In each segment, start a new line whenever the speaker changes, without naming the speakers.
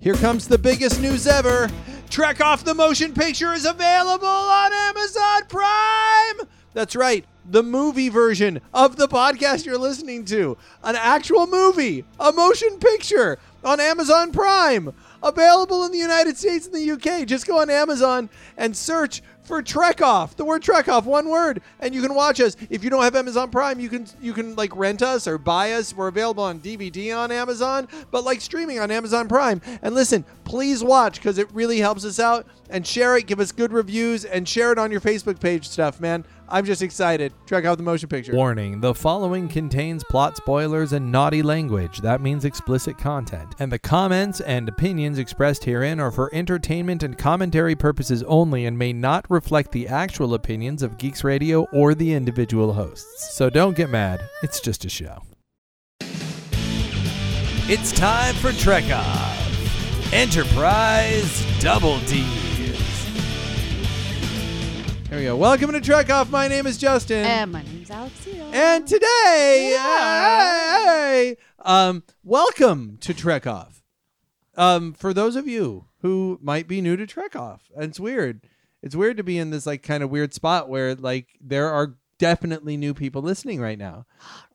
Here comes the biggest news ever. Trek Off the Motion Picture is available on Amazon Prime. That's right, the movie version of the podcast you're listening to. An actual movie, a motion picture on Amazon Prime. Available in the United States and the UK. Just go on Amazon and search for Trek Off. The word Trek Off, one word, and you can watch us. If you don't have Amazon Prime, you can you can like rent us or buy us. We're available on DVD on Amazon, but like streaming on Amazon Prime. And listen, please watch because it really helps us out. And share it, give us good reviews, and share it on your Facebook page stuff, man. I'm just excited. Trek Off the motion picture.
Warning the following contains plot spoilers and naughty language. That means explicit content. And the comments and opinions expressed herein are for entertainment and commentary purposes only and may not reflect the actual opinions of Geeks Radio or the individual hosts. So don't get mad, it's just a show. It's time for Trek Off Enterprise Double D's.
Here we go. Welcome to Trek Off. My name is Justin.
And my name's Alex Seal.
And today,
Yeah.
hey, um, welcome to Trek Off. Um, for those of you who might be new to Trek Off, and it's weird. It's weird to be in this like kind of weird spot where like there are definitely new people listening right now.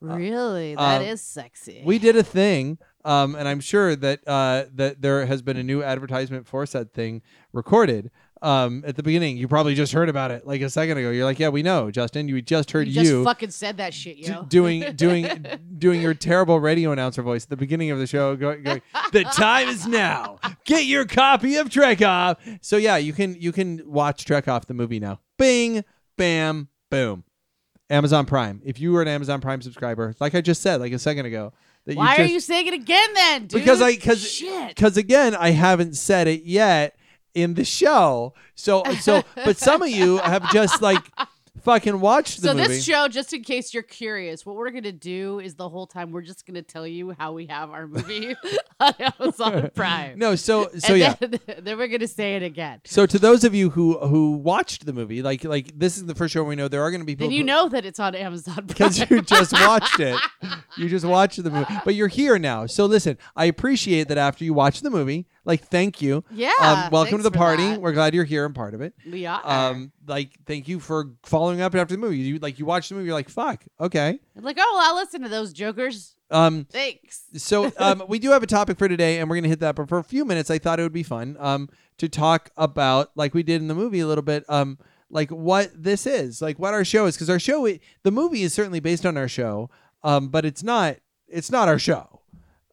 really,
uh,
that is sexy.
We did a thing, um, and I'm sure that uh, that there has been a new advertisement for said thing recorded. Um, at the beginning, you probably just heard about it like a second ago. You're like, yeah, we know, Justin. You we just heard
you
you,
just fucking said that shit,
d-
yo.
doing doing doing your terrible radio announcer voice at the beginning of the show going, going the time is now get your copy of trek off so yeah you can you can watch trek off the movie now bing bam boom amazon prime if you were an amazon prime subscriber like i just said like a second ago that
Why
you
are
just,
you saying it again then, dude?
because i because
shit.
because again i haven't said it yet in the show so so but some of you have just like fucking watched the
So
movie
this show, just in case you're curious, what we're gonna do is the whole time we're just gonna tell you how we have our movie on Amazon Prime.
no so so
and
yeah
then, then we're gonna say it again.
So to those of you who who watched the movie, like like this is the first show we know there are going to be people
Then you know that it's on Amazon Prime.
because you just watched it. You just watched the movie, but you're here now. So listen, I appreciate that after you watch the movie. Like, thank you.
yeah.
um, welcome to
thanks
the
for
party.
that.
We're glad you're here and part of it.
We are.
Um, like, thank you for following up after the movie. You like you watched the movie. You're like, fuck, okay.
like, oh, well, I'll listen to those jokers.
Um,
Thanks.
so um, we do have a topic for today, and we're gonna hit that. But for a few minutes, I thought it would be fun um, to talk about, like we did in the movie a little bit, um, like what this is, like what our show is, because our show, i- the movie is certainly based on our show, um, but it's not, it's not our show.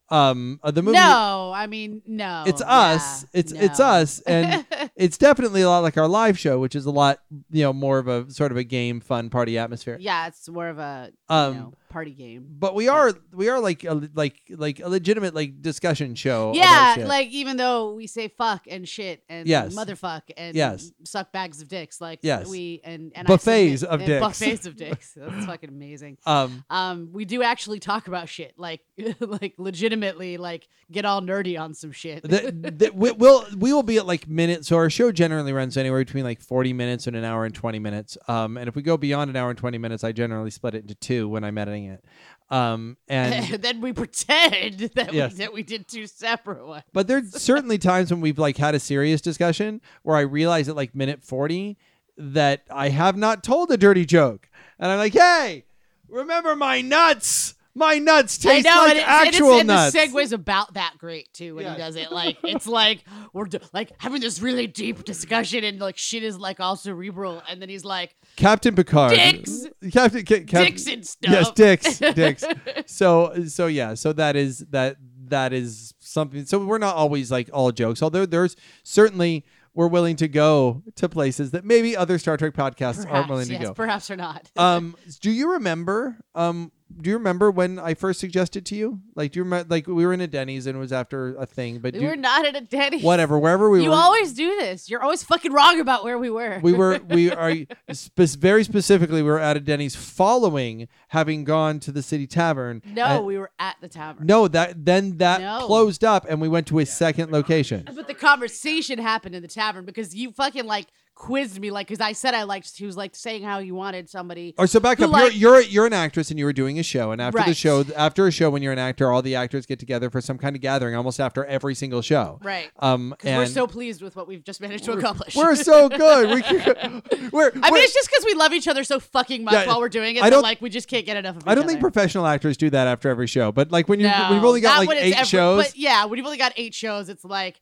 Um, uh, the movie,
no, I mean no.
it's us,
Yeah,
it's it's
no.
us, and it's definitely a lot like our live show, which is a lot, you know, more of a sort of a game, fun party atmosphere.
yeah, it's more of a
Um,
you know, party game.
But we are we are like a, like like a legitimate like discussion show. oh, about
Yeah,
shit.
like even though we say fuck and shit and
Yes.
motherfuck and
Yes.
suck bags of dicks, like
Yes.
we and, and I
Buffets
submit-
of
and
dicks.
buffets of dicks. That's fucking amazing.
um,
Um, we do actually talk about shit, like like legitimately, like get all nerdy on some shit.
that, that we, will we will be at like minutes. So our show generally runs anywhere between like forty minutes and an hour and twenty minutes. Um, and if we go beyond an hour and twenty minutes, I generally split it into two when I'm editing it. Um, and
then we pretend that
Yes.
we that we did two separate ones.
but there's certainly times when we've like had a serious discussion where I realize at like minute forty that I have not told a dirty joke, and I'm like, hey, remember my nuts. My nuts taste like
and it- and
actual
and
nuts.
the segues about that great too when
Yes.
he does it. Like it's like we're d- like having this really deep discussion, and like shit is like all cerebral, and then he's like
Captain Picard.
Dicks.
Captain. Ca- Cap-
dicks and stuff.
Yes, dicks, dicks. so, so yeah, so that is that that is something. So we're not always like all jokes, although there's certainly we're willing to go to places that maybe other Star Trek podcasts aren't
Perhaps,
willing to
yes,
go.
perhaps or not.
um, do you remember? Um, do you remember when I first suggested to you? Like, do you remember? Like, we were in a Denny's and it was after a thing, but
we
do,
were not at a Denny's.
whatever, wherever we
you
were,
always do this. You're always fucking wrong about where we were.
we were we are spe- very specifically we were at a Denny's following having gone to the City Tavern.
no,
and-
we were at the tavern.
uh, No, that then that
No.
closed up and we went to a second location.
But the conversation happened in the tavern because you fucking like quizzed me like because I said I liked. He was like saying how he wanted somebody.
Or so back
who
up.
like-
you're, you're you're an actress and you were doing a show, and after the
Right.
show, after a show, when you're an actor, all the actors get together for some kind of gathering, almost after every single show.
Right.
Um,
Because
and
we're so pleased with what we've just managed to accomplish.
we're so good. We can, we're, we're-
I mean, it's just because we love each other so fucking much
Yeah,
while we're doing it.
I
that,
don't-
like we just can't get enough of. Each
I don't think
other.
professional actors do that after every show, but like when you
No,
when you've only
not
got like
when it's
eight
every-
shows,
But yeah, when you've only got eight shows, it's like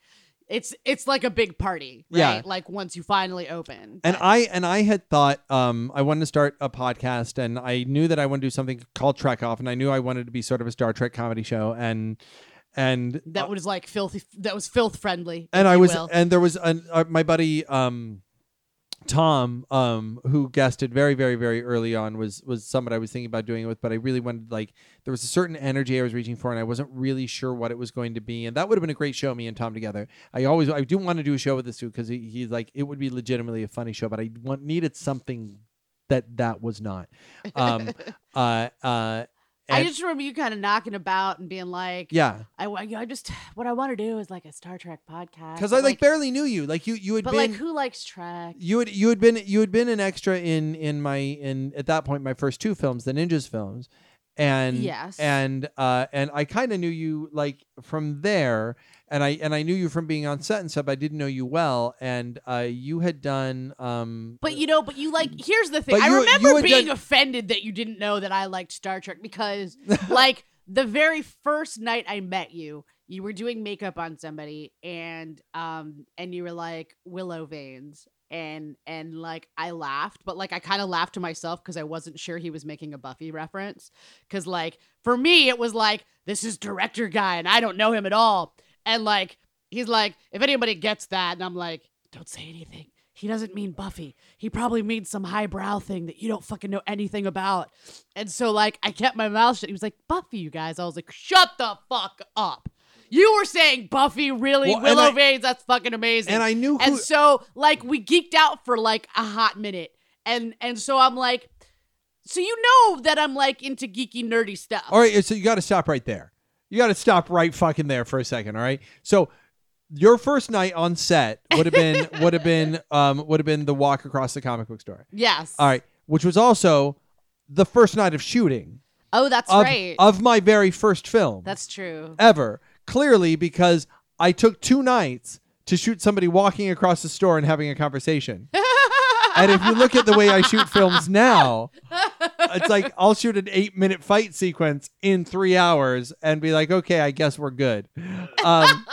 it's it's like a big party, right?
Yeah.
Like once you finally open.
And I and I had thought um, I wanted to start a podcast, and I knew that I wanted to do something called Trek Off, and I knew I wanted to be sort of a Star Trek comedy show, and and
that was like filthy. That was filth friendly.
and
if
I
you
was
will.
and there was an, uh, my buddy um, Tom um, who guested very very very early on was was someone I was thinking about doing it with, but I really wanted like there was a certain energy I was reaching for, and I wasn't really sure what it was going to be, and that would have been a great show me and Tom together. I always I do want to do a show with this dude because he, he's like it would be legitimately a funny show, but I want, needed something that that was not. Um, uh, uh,
I
and-
just remember you kind of knocking about and being like,
yeah,
I, wa- I just what I want to do is like a Star Trek podcast
because I
but,
like, barely knew you, like you you had
but
been
like who likes Trek?
you had you had been you had been an extra in in my in at that point my first two films the ninjas films and
Yes.
and uh and i kind of knew you like from there and i and i knew you from being on set and stuff i didn't know you well and uh you had done um
But you know, but you like. Here's the thing.
But
I
you-
remember
you had
being
done-
offended that you didn't know that I liked Star Trek because, like, the very first night I met you, you were doing makeup on somebody, and um, and you were like Willow veins, and and like I laughed, but like I kind of laughed to myself because I wasn't sure he was making a Buffy reference, because like for me it was like this is director guy and I don't know him at all, and like he's like, if anybody gets that, and I'm like, don't say anything. He doesn't mean Buffy. He probably means some highbrow thing that you don't fucking know anything about. And so, like, I kept my mouth shut. He was like, Buffy, you guys. I was like, shut the fuck up. You were saying Buffy, really?
Well, and
Willow
I-
Veins, that's fucking amazing.
and i knew who
And so like we geeked out for like a hot minute. And and so I'm like so you know that I'm like into geeky nerdy stuff.
all right so you got to stop right there you got to stop right fucking there for a second all right so your first night on set would have been would have been um would have been the walk across the comic book store
yes.
All right, which was also the first night of shooting
Oh, that's
of,
right.
of my very first film
that's true.
ever. Clearly, because I took two nights to shoot somebody walking across the store and having a conversation. and if you look at the way I shoot films now, it's like I'll shoot an eight minute fight sequence in three hours and be like, okay, I guess we're good. Um,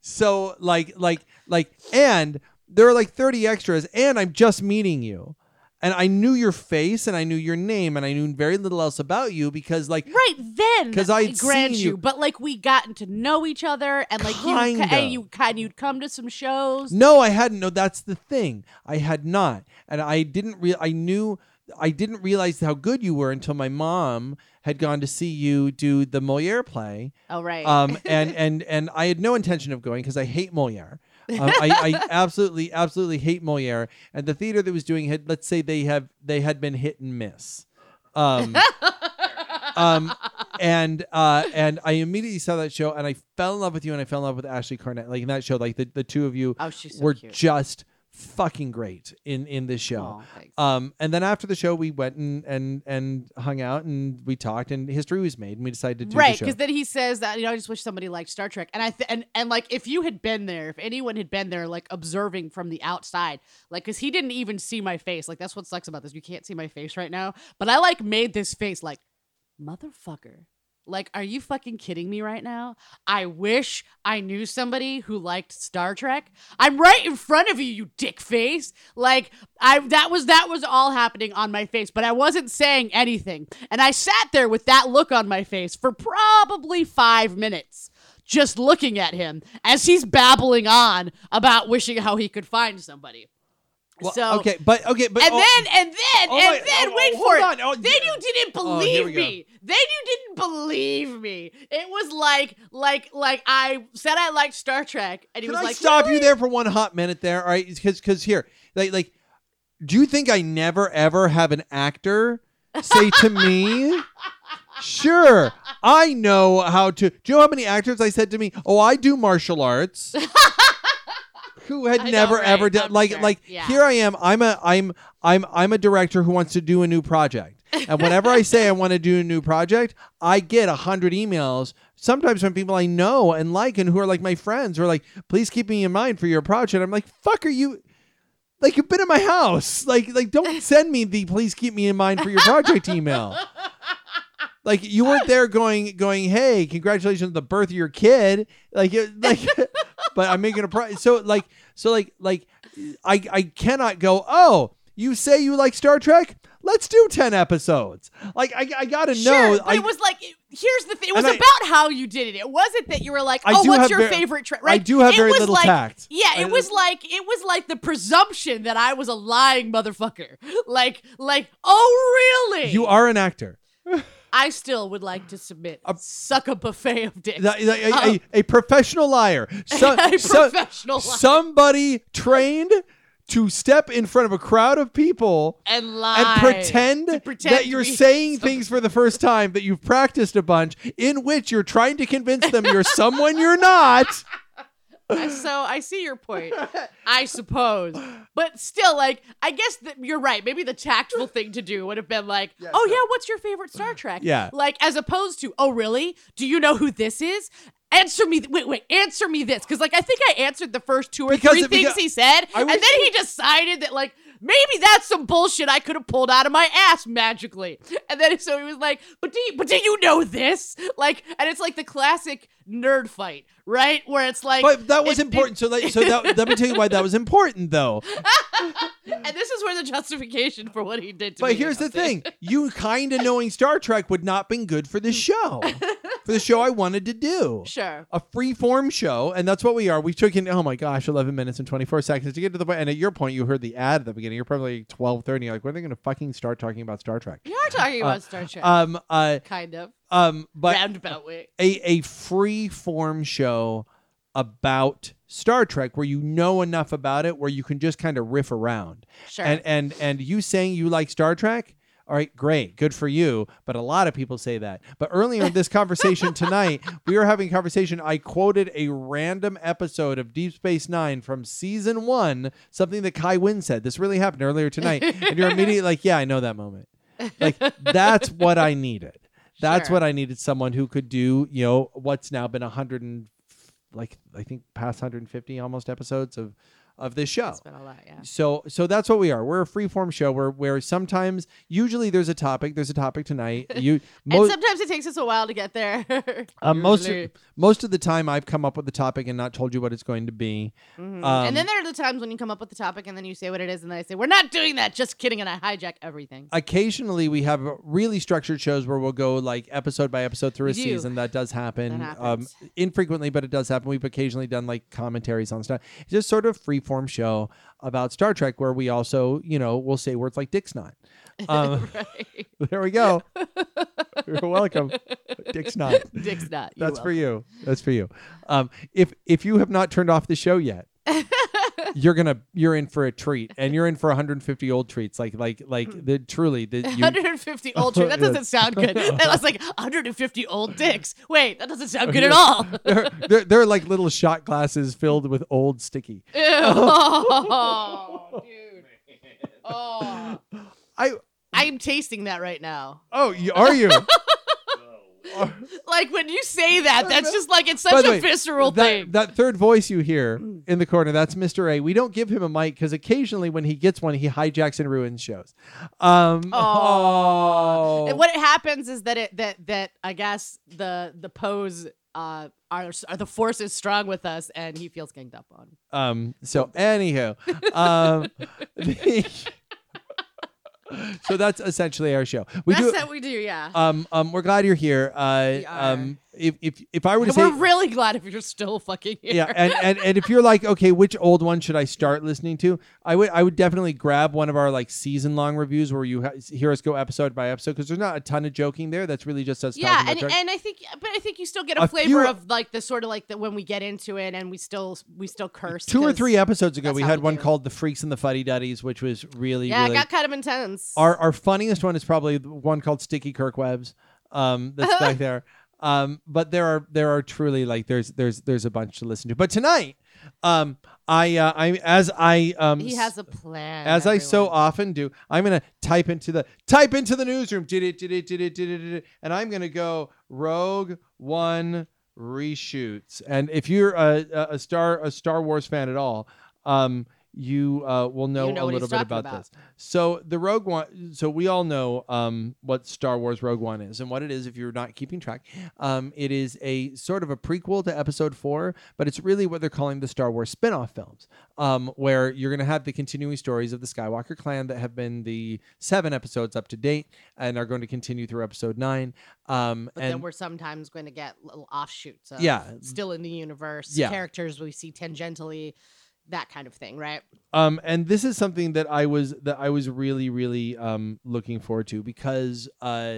so like like like and there are like 30 extras and I'm just meeting you. And I knew your face and I knew your name and I knew very little else about you because like
Right then,
'Cause I'd
grant
seen
you,
you-
but like we gotten to know each other, and like you,
Kinda.
and you kind you'd come to some shows.
No, I hadn't. No, that's the thing. I had not, and I didn't. Re- I knew. I didn't realize how good you were until my mom had gone to see you do the Moliere play,
Oh right,
um, and and and I had no intention of going because I hate Moliere. Um, I, I absolutely absolutely hate Moliere, and the theater that was doing it. Let's say they have they had been hit and miss. Um, um, and uh, and I immediately saw that show, and I fell in love with you, and I fell in love with Ashley Carnett. Like in that show, like the, the two of you
oh she's so
were
cute.
just fucking great in in this show.
Aw, thanks.
Um, and then after the show, we went and and and hung out and we talked and history was made and we decided to do
right
the show.
because then he says that you know i just wish somebody liked star trek and i th- and and like if you had been there if anyone had been there like observing from the outside like because he didn't even see my face like that's what sucks about this you can't see my face right now but i like made this face like motherfucker like are you fucking kidding me right now i wish i knew somebody who liked star trek i'm right in front of you you dick face like i that was that was all happening on my face but i wasn't saying anything and i sat there with that look on my face for probably five minutes just looking at him as he's babbling on about wishing how he could find somebody
Well,
so
okay, but okay, but
and
oh,
then and then
oh,
and
wait,
then
oh,
wait
oh,
for it.
hold on. Oh,
then you didn't
Oh, here
believe
we go.
me. Then you didn't believe me. It was like like like I said I liked Star Trek and he
can
was
I
like
stop
"Really?"
you there for one hot minute there? All right, because because here, like like, do you think I never ever have an actor say to me? Sure, I know how to. Do you know how many actors I said to me? Oh, I do martial arts. who had
I know,
never
right,
ever done
I'm
like
sure,
like
yeah.
here I am. I'm a I'm I'm I'm a director who wants to do a new project. And whenever I say I want to do a new project, I get a hundred emails. Sometimes from people I know and like, and who are like my friends, who are like, "Please keep me in mind for your project." I'm like, "Fuck, are you?" Like you've been in my house. Like like don't send me the please keep me in mind for your project email. Like you weren't there going going, hey, congratulations on the birth of your kid. Like it, like, but I'm making a pro. So like so like like I I cannot go. Oh, you say you like Star Trek? Let's do ten episodes. Like I I gotta
Sure,
know.
but
I,
it was like it- here's the thing. It was
And I-
about how you did it. It wasn't that you were like,
I
oh,
do have
what's your
ver-
favorite trick?
I
Right?
do have
It
very
was
little
like-
tact.
Yeah, it
I-
was like it was like the presumption that I was a lying motherfucker. Like, like, oh really?
you are an actor.
I still would like to submit
A-
suck a buffet of dicks.
Th- th- A,
Um,
a- a professional liar. So,
a
so-
professional liar.
somebody trained to step in front of a crowd of people
and lie
and
To
pretend,
pretend
that
to
you're
be
saying
something.
things for the first time that you've practiced a bunch in which you're trying to convince them you're someone you're not
so I see your point, I suppose. But still, like, I guess that you're right. Maybe the tactful thing to do would have been like, oh, yeah, what's your favorite Star Trek?
Yeah.
Like, as opposed to, oh, really? Do you know who this is? Answer me. Th- wait, wait. Answer me this, because like I think I answered the first two or
Because
three
it
things
beca-
he said,
I
and
was-
then he decided that like maybe that's some bullshit I could have pulled out of my ass magically. And then so he was like, "But do you, but do you know this?" Like, and it's like the classic nerd fight, right? Where it's like,
but that was
it- it-
important so like so that, let me tell you why that was important though
And this is where the justification for what he did to
but
me
here's the
comes in.
thing you kind of knowing star trek would not been good for this show for the show i wanted to do
Sure.
a free form show, and that's what we are. We took in oh my gosh, eleven minutes and twenty four seconds to get to the point. And at your point, you heard the ad at the beginning. You're probably like twelve thirty. Like, when are they going to fucking start talking about Star Trek?
You are talking about Star Trek.
Um, uh,
kind of.
um, but
Roundabout way.
a a free form show about Star Trek where you know enough about it where you can just kind of riff around.
Sure.
And and and you saying you like Star Trek? All right, great, good for you. But a lot of people say that. But earlier in this conversation tonight, we were having a conversation. I quoted a random episode of Deep Space Nine from season one, something that Kai Wynn said. This really happened earlier tonight. And you're immediately like, yeah, I know that moment. Like, that's what I needed. That's
Sure.
what I needed someone who could do, you know, what's now been 100 and like, I think past 150 almost episodes of, of this show.
It's been a lot, yeah.
So so that's what we are. We're a freeform show where where sometimes usually there's a topic. There's a topic tonight. You
and
most
sometimes it takes us a while to get there.
uh, most
Usually.
of, most of the time I've come up with the topic and not told you what it's going to be. um,
Mhm. and then there are the times when you come up with the topic and then you say what it is, and then I say, We're not doing that. Just kidding. And I hijack everything.
Occasionally we have really structured shows where we'll go like episode by episode through a
We do.
season. That does happen. um,
That happens.
infrequently, but it does happen. We've occasionally done like commentaries on stuff. It's just sort of freeform show about Star Trek where we also, you know, will say words like Dick's not. Um,
right.
there we go. You're welcome. Dick's not.
Dick's not. you
That's for
will.
you. That's for you. Um, if if you have not turned off the show yet, you're gonna you're in for a treat, and you're in for 150 old treats. Like like
Hmm.
like the truly the you,
150 old true. That
Yes.
doesn't sound good. That was like 150 old dicks. Wait, that doesn't
Oh,
sound good at all.
they're, they're they're like little shot glasses filled with old sticky.
Ew. Oh, dude. Oh.
I
I'm tasting that right now.
oh you- are you?
Like when you say that, that's just like it's
By
such
the
a
way,
visceral
that,
thing. Hmm.
That third voice you hear in the corner, that's Mr. A. We don't give him a mic because occasionally when he gets one, he hijacks and ruins shows. Um,
Aw.
oh.
And what happens is that it that that I guess the the pose uh are are the forces strong with us, and he feels ganged up on.
Um, so anywho, um, the- so that's essentially our show. We
that's
do.
what we do, yeah.
um, um, we're glad you're here. Uh,
We are.
um, if if if I were to
and
say.
we're really glad if you're still fucking here.
yeah, and, and and if you're like, okay, which old one should I start listening to? I would I would definitely grab one of our like season long reviews where you ha- hear us go episode by episode because there's not a ton of joking there. That's really just us.
Yeah,
talking
and,
about Trek.
and I think, but I think you still get a,
A
flavor
few-
of like the sort of like the when we get into it, and we still we still curse.
two or
'cause-
three episodes ago,
that's
we
how
had
we
one
do.
called "The Freaks and the Fuddy Duddies," which was really
Yeah,
really
it got kind of intense.
Our our funniest one is probably the one called Sticky Kirkwebs. Um, that's back there. Um, but there are there are truly like there's there's there's a bunch to listen to. But tonight, um, I uh, I as I um
He has a plan.
as I so
everyone.
often do, I'm gonna type into the type into the newsroom. Did it? Did it? Did it? Did it? Did it? And I'm gonna go Rogue One reshoots. And if you're a, a a star a Star Wars fan at all, um, you uh, will know,
You know
a
what he's
little bit
talking
about,
about.
this. So the Rogue One. So we all know um what Star Wars Rogue One is and what it is. If you're not keeping track, um, it is a sort of a prequel to Episode Four, but it's really what they're calling the Star Wars spin-off films um, where you're going to have the continuing stories of the Skywalker clan that have been the seven episodes up to date and are going to continue through episode nine. Um,
But then
and
we're sometimes going to get little offshoots. Of
Yeah.
Still in the universe.
Yeah.
Characters we see tangentially, that kind of thing, right?
um, and this is something that I was that I was really really um, looking forward to because uh,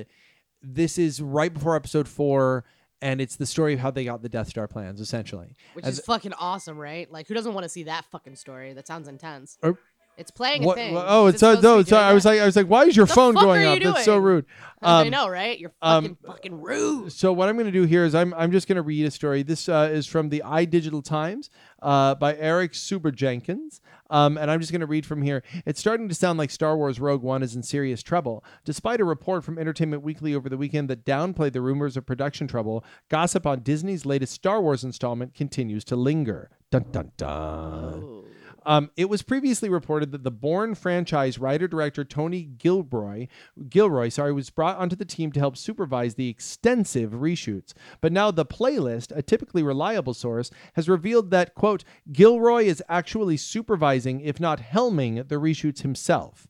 this is right before episode four, and it's the story of how they got the Death Star plans essentially.
Which
As-
is fucking awesome, right? Like, who doesn't want to see that fucking story? That sounds intense.
Or-
it's playing a
What-
thing.
what- oh,
Is
it's
it
so,
supposed to
no,
be
it's so
doing
I was
that?
like I was like, why is your
The
phone
fuck
going
are
off?
you
That's so
doing?
rude.
I
Um,
know, right? You're
um,
fucking fucking rude.
So what I'm going to do here is I'm I'm just going to read a story. This uh, is from the iDigital Times uh, by Eric Super Jenkins, um, and I'm just going to read from here. It's starting to sound like Star Wars Rogue One is in serious trouble, despite a report from Entertainment Weekly over the weekend that downplayed the rumors of production trouble. Gossip on Disney's latest Star Wars installment continues to linger. Dun dun dun.
Ooh.
Um, it was previously reported that the Bourne franchise writer-director Tony Gilroy, Gilroy, sorry, was brought onto the team to help supervise the extensive reshoots. But now the playlist, a typically reliable source, has revealed that quote Gilroy is actually supervising, if not helming, the reshoots himself.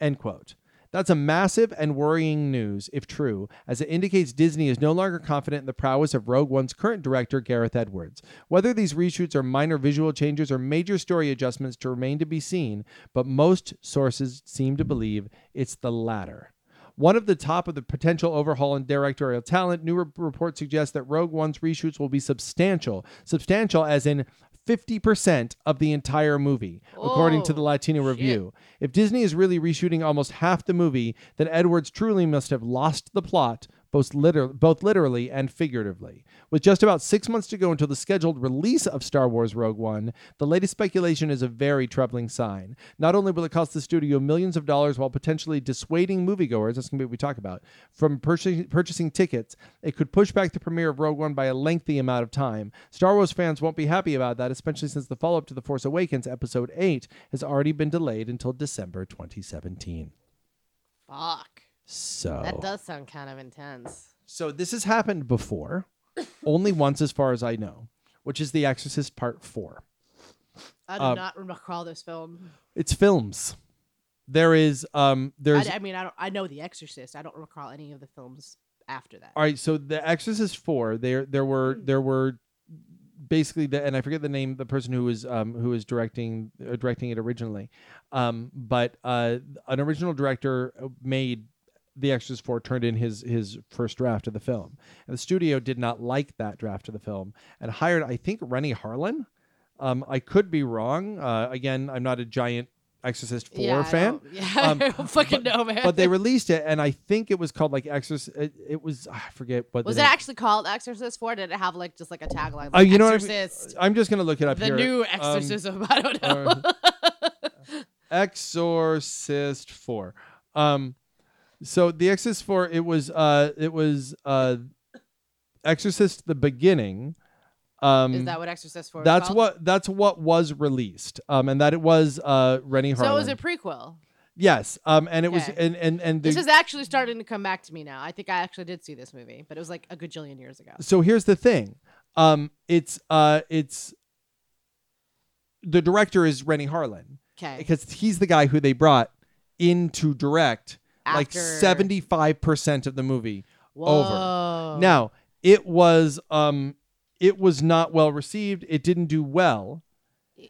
End quote. That's a massive and worrying news, if true, as it indicates Disney is no longer confident in the prowess of Rogue One's current director, Gareth Edwards. Whether these reshoots are minor visual changes or major story adjustments to remain to be seen, but most sources seem to believe it's the latter. One of the top of the potential overhaul in directorial talent, new rep- reports suggest that Rogue One's reshoots will be substantial, substantial as in 50% of the entire movie, according to
Oh.
the Latino Review. If Disney is really reshooting almost half the movie, then Edwards truly must have lost the plot, both, liter- both literally and figuratively. With just about six months to go until the scheduled release of Star Wars Rogue One, the latest speculation is a very troubling sign. Not only will it cost the studio millions of dollars while potentially dissuading moviegoers, that's going to be what we talk about, from purchasing, purchasing tickets, it could push back the premiere of Rogue One by a lengthy amount of time. Star Wars fans won't be happy about that, especially since the follow up to The Force Awakens, Episode 8, has already been delayed until December 2017.
Fuck.
So.
That does sound kind of intense.
So this has happened before, only once as far as I know, which is The Exorcist Part 4.
I do
Um,
not recall this film.
It's films. There is um
I,
there's
I mean, I don't. I know The Exorcist. I don't recall any of the films after that.
All right, so The Exorcist 4, there there were
Hmm.
there were basically the and I forget the name the person who was um who was directing uh, directing it originally. Um but uh an original director made The Exorcist 4 turned in his his first draft of the film. And the studio did not like that draft of the film and hired I think Rennie Harlan. Um I could be wrong. Uh again, I'm not a giant Exorcist 4
yeah, I
fan
don't- Yeah, I
Um,
don't fucking know, man.
but they released it, and I think it was called like Exorcist. It, it was I forget what.
was
the
it
name-
actually called Exorcist Four? Did it have like just like a tagline? Like,
Oh, you know what I mean?
Exorcist,
I'm just gonna look it up
the
here.
new
Um, uh,
exorcism. I don't know.
Exorcist Four. Um, so the Exorcist Four. It was uh, it was uh, Exorcist the beginning. Um,
Is that what Exorcist Four? was
that's
called?
what that's what was released. Um, and that it was uh, Rennie Harlan.
So it was a prequel.
yes. Um, and it was
Okay.
and and and the,
This is actually starting to come back to me now. I think I actually did see this movie, but it was like a gajillion years ago.
so here's the thing um it's uh it's the director is rennie harlan
Okay.
because he's the guy who they brought in to direct like
After-
75% of the movie over.
Whoa.
now it was um it was not well received it didn't do well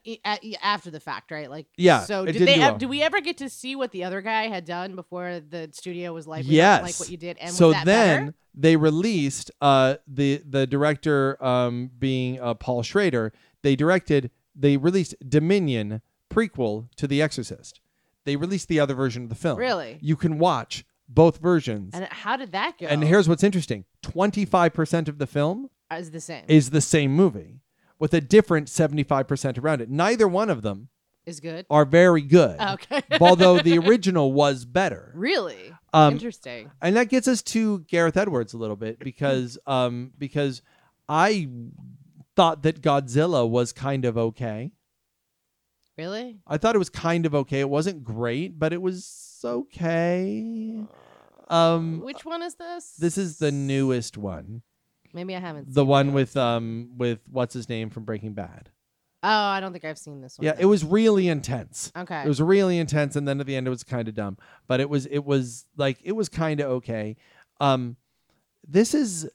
I- I- E, a- after the fact, right? Like,
Yeah,
So
it
did
didn't
they?
do
ev-
well.
do we ever get to see what the other guy had done before the studio was like, we don't like
Yes.
what you did, and
so
was that
then
better?
they released uh the the director um being uh, paul schrader they directed they released dominion prequel to the exorcist they released the other version of the film
Really?
you can watch both versions
And how did that go?
And here's what's interesting 25% of the film
Is the same.
is the same movie with a different 75% around it. Neither one of them
is good.
are very good,
Oh, Okay.
although the original was better.
really
Um,
interesting.
and that gets us to Gareth Edwards a little bit because um, because I thought that Godzilla was kind of okay.
Really?
I thought it was kind of okay. It wasn't great, but it was okay. Um,
Which one is this?
this is the newest one,
Maybe I haven't.
the
seen
one
it.
with um with what's his name from Breaking Bad.
Oh, I don't think I've seen this one.
Yeah,
then.
it was really intense.
Okay.
It was really intense, and then at the end, it was kind of dumb. But it was it was like it was kind of okay. Um, this is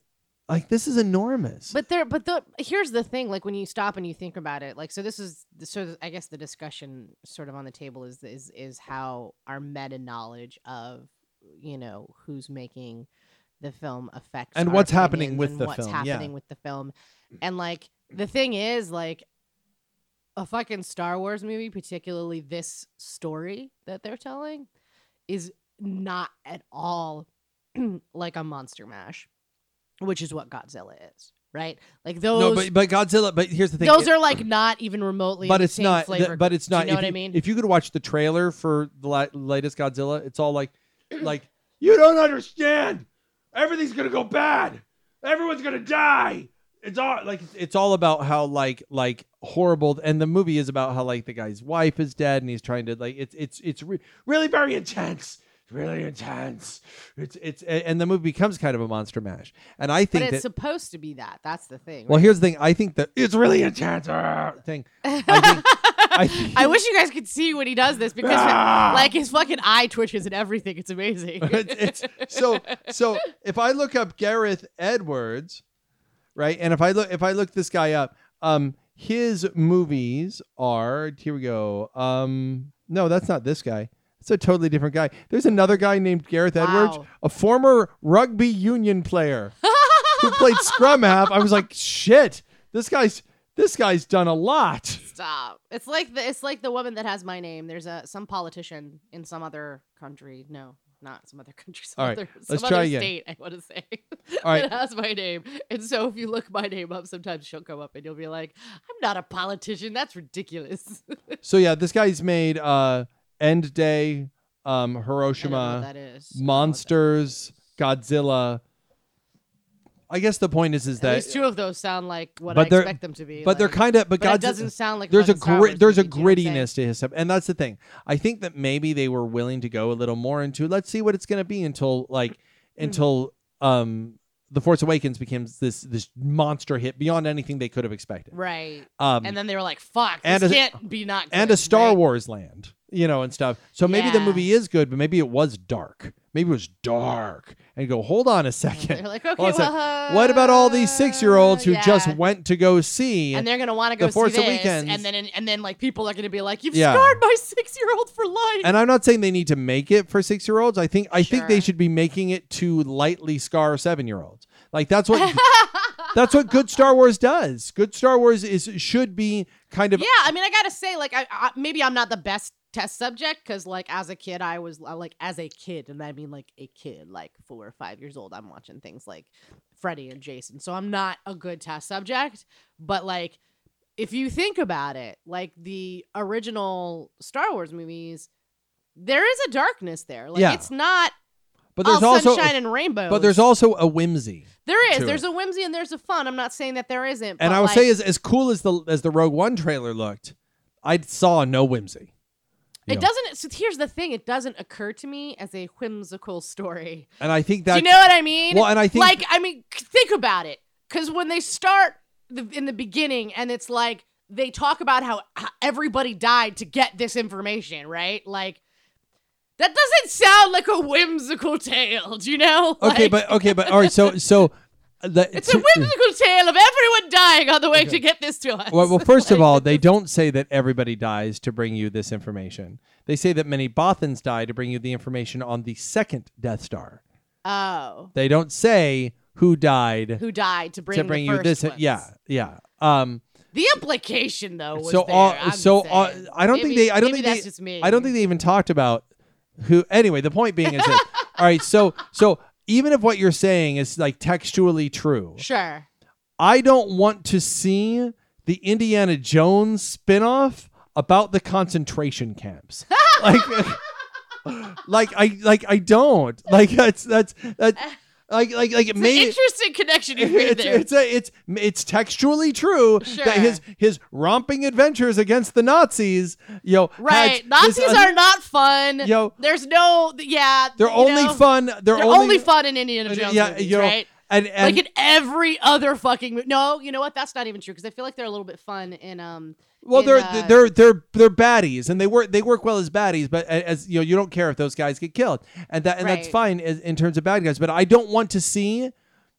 like this is enormous.
But there, but the here's the thing: like when you stop and you think about it, like so this is so I guess the discussion sort of on the table is is is how our meta knowledge of you know who's making the film affects
And
our
what's happening
opinions
with
and
the
what's
film, yeah.
happening with the film, and like the thing is like a fucking Star Wars movie, particularly this story that they're telling, is not at all like a monster mash, which is what Godzilla is, right? Like those
no, but but Godzilla. But here's the thing.
those
it-
are like not even remotely
but
the
it's
same
not. th-
flavor
but it's
Do you
not.
know
if
what I mean?
If you could watch the trailer for the la- latest Godzilla, it's all like, like you don't understand. Everything's gonna go bad. Everyone's gonna die. It's all like it's, it's all about how like like horrible. And the movie is about how like the guy's wife is dead, and he's trying to like it's it's it's re- really very intense. It's Really intense. It's it's a- and the movie becomes kind of a monster mash. And I
but
think
it's
that
supposed to be that. That's the thing.
well,
right?
here's the thing. I think that it's really intense ah, thing. I think- I think-
I wish you guys could see when he does this because
Ah!
like his fucking eye twitches and everything. It's amazing.
it's, it's so so if I look up Gareth Edwards, right? And if I look if I look this guy up, um his movies are here we go. Um no, that's not this guy. It's a totally different guy. There's another guy named Gareth Edwards,
Wow.
a former rugby union player who played scrum half. I was like, "Shit, this guy's this guy's done a lot."
Stop. It's like the it's like the woman that has my name. There's a some politician in some other country. No, not some other country. Some
All right,
other,
let's
some
try
other
again.
state. I want to say.
All right.
that has my name. And so if you look my name up, sometimes she'll come up and you'll be like, "I'm not a politician. That's ridiculous." I don't know
So yeah, this guy's made uh End Day, um
what
Hiroshima,
that is. I don't know what that
Monsters, Godzilla. I guess the point is is
At
that
least two of those sound like what I
But they're-
expect them to be.
but they're
like-
kind of but,
But it
Godzi-
doesn't sound like
there's a
fucking Star
grit
Wars
there's a
movie, do you know what I'm saying?
grittiness to his stuff and that's the thing i think that maybe they were willing to go a little more into let's see what it's going to be until like
Hmm.
until um the force awakens becomes this this monster hit beyond anything they could have expected
Right.
um
And then they were like, "Fuck,
and
this
a-
can't be not."
and
good,"
a Star
right?
Wars land, you know, and stuff. So maybe the
Yeah.
movie is good, but maybe it was dark. Maybe it was dark. And you go, hold on a
They're
second.
like, okay,
Hold on a sec.
well,
what about all these six year olds who just
Oh, yeah.
went to go see?
and they're gonna want to
The
go
Force
see this,
Awakens.
and then and then like people are gonna be like, "You've
Yeah.
scarred my six-year-old for life."
And I'm not saying they need to make it for six year olds. I think I think they
Sure.
should be making it to lightly scar seven year olds. Like that's what that's what good Star Wars does. Good Star Wars is should be kind of
yeah, I mean, I gotta say, like, I, I maybe I'm not the best test subject because, like, as a kid, I was I, like, as a kid, and I mean like a kid, like four or five years old, I'm watching things like Freddy and Jason, so I'm not a good test subject. But like, if you think about it, like the original Star Wars movies. There is a darkness there. Like
Yeah.
it's not
but there's
all
also
sunshine and rainbows.
but there's also a whimsy.
There
to
is. There's a whimsy and there's a fun. I'm not saying that there isn't.
And
but
I would
like,
say, as, as cool as the as the Rogue One trailer looked, I saw no whimsy. you
it
know.
doesn't. So here's the thing: it doesn't occur to me as a whimsical story.
And I think
Do
that
you know what I mean?
well, and I think
like, I mean, c- think about it. Because when they start the, in the beginning, and it's like they talk about how, how everybody died to get this information, right? Like. That doesn't sound like a whimsical tale, do you know?
okay,
Like,
but okay, but all right. So so the,
it's a whimsical tale of everyone dying on the way to get this to us.
Well, well, first of
Like,
all, they don't say that everybody dies to bring you this information. They say that many Bothans die to bring you the information on the second Death Star.
oh,
They don't say who died
who died to bring
to bring
the
you
first
this. uh,
ones.
Yeah, yeah. Um,
The implication though was
so
there.
all,
I'm
so all,
saying.
I don't think
Maybe-
they. I don't
maybe
think
that's
they,
just me.
I don't think they even talked about who. Anyway, the point being is this. all right, so so even if what you're saying is like textually true,
Sure.
I don't want to see the Indiana Jones spin-off about the concentration camps. like like I like I don't. Like that's that's that's like like like it
It's
may
an interesting connection you made
it's,
there.
it's, a, it's it's textually true that his his romping adventures against the Nazis, you know, had
right.
this
Nazis
un-
are not fun.
Yo.
There's no, yeah.
they're
you
only
know,
fun. They're,
They're only, fun in Indiana Jones
yeah,
movies,
you know,
right?
and, and
like in every other fucking movie. No, you know what? That's not even true because I feel like they're a little bit fun in um.
Well,
in,
they're
uh,
they're they're they're baddies, and they work they work well as baddies. But a- as you know, you don't care if those guys get killed, and that and that's
Right.
fine in, in terms of bad guys. But I don't want to see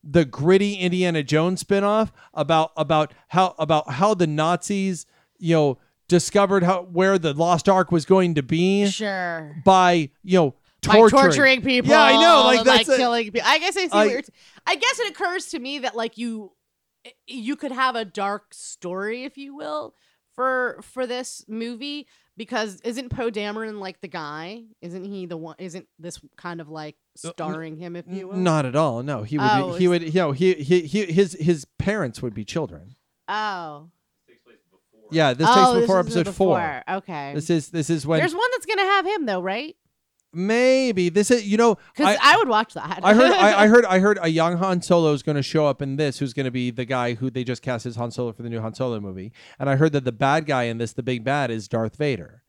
the gritty Indiana Jones spinoff about about how about how the Nazis you know discovered how where the lost ark was going to be
Sure.
by you know
By
torturing.
torturing people.
Yeah, I know, like,
and,
that's a-
killing people. I guess I see
I-
what you're. I guess it occurs to me that like you, you could have a dark story, if you will, for for this movie because isn't Poe Dameron like the guy? Isn't he the one? Isn't this kind of like
Uh, n-
starring him, if you will?
Not at all. No, he would.
Oh,
he
is-
would. You know, he, he he his his parents would be children.
Oh.
Yeah, this
oh,
takes before
this is
episode four.
before. Okay.
This is this is when
There's one that's gonna have him though, right?
Maybe this is you know
Because
I,
I, would watch that.
I heard I, I heard I heard a young Han Solo is going to show up in this, who's going to be the guy who they just cast as Han Solo for the new Han Solo movie, and I heard that the bad guy in this, the big bad, is Darth Vader,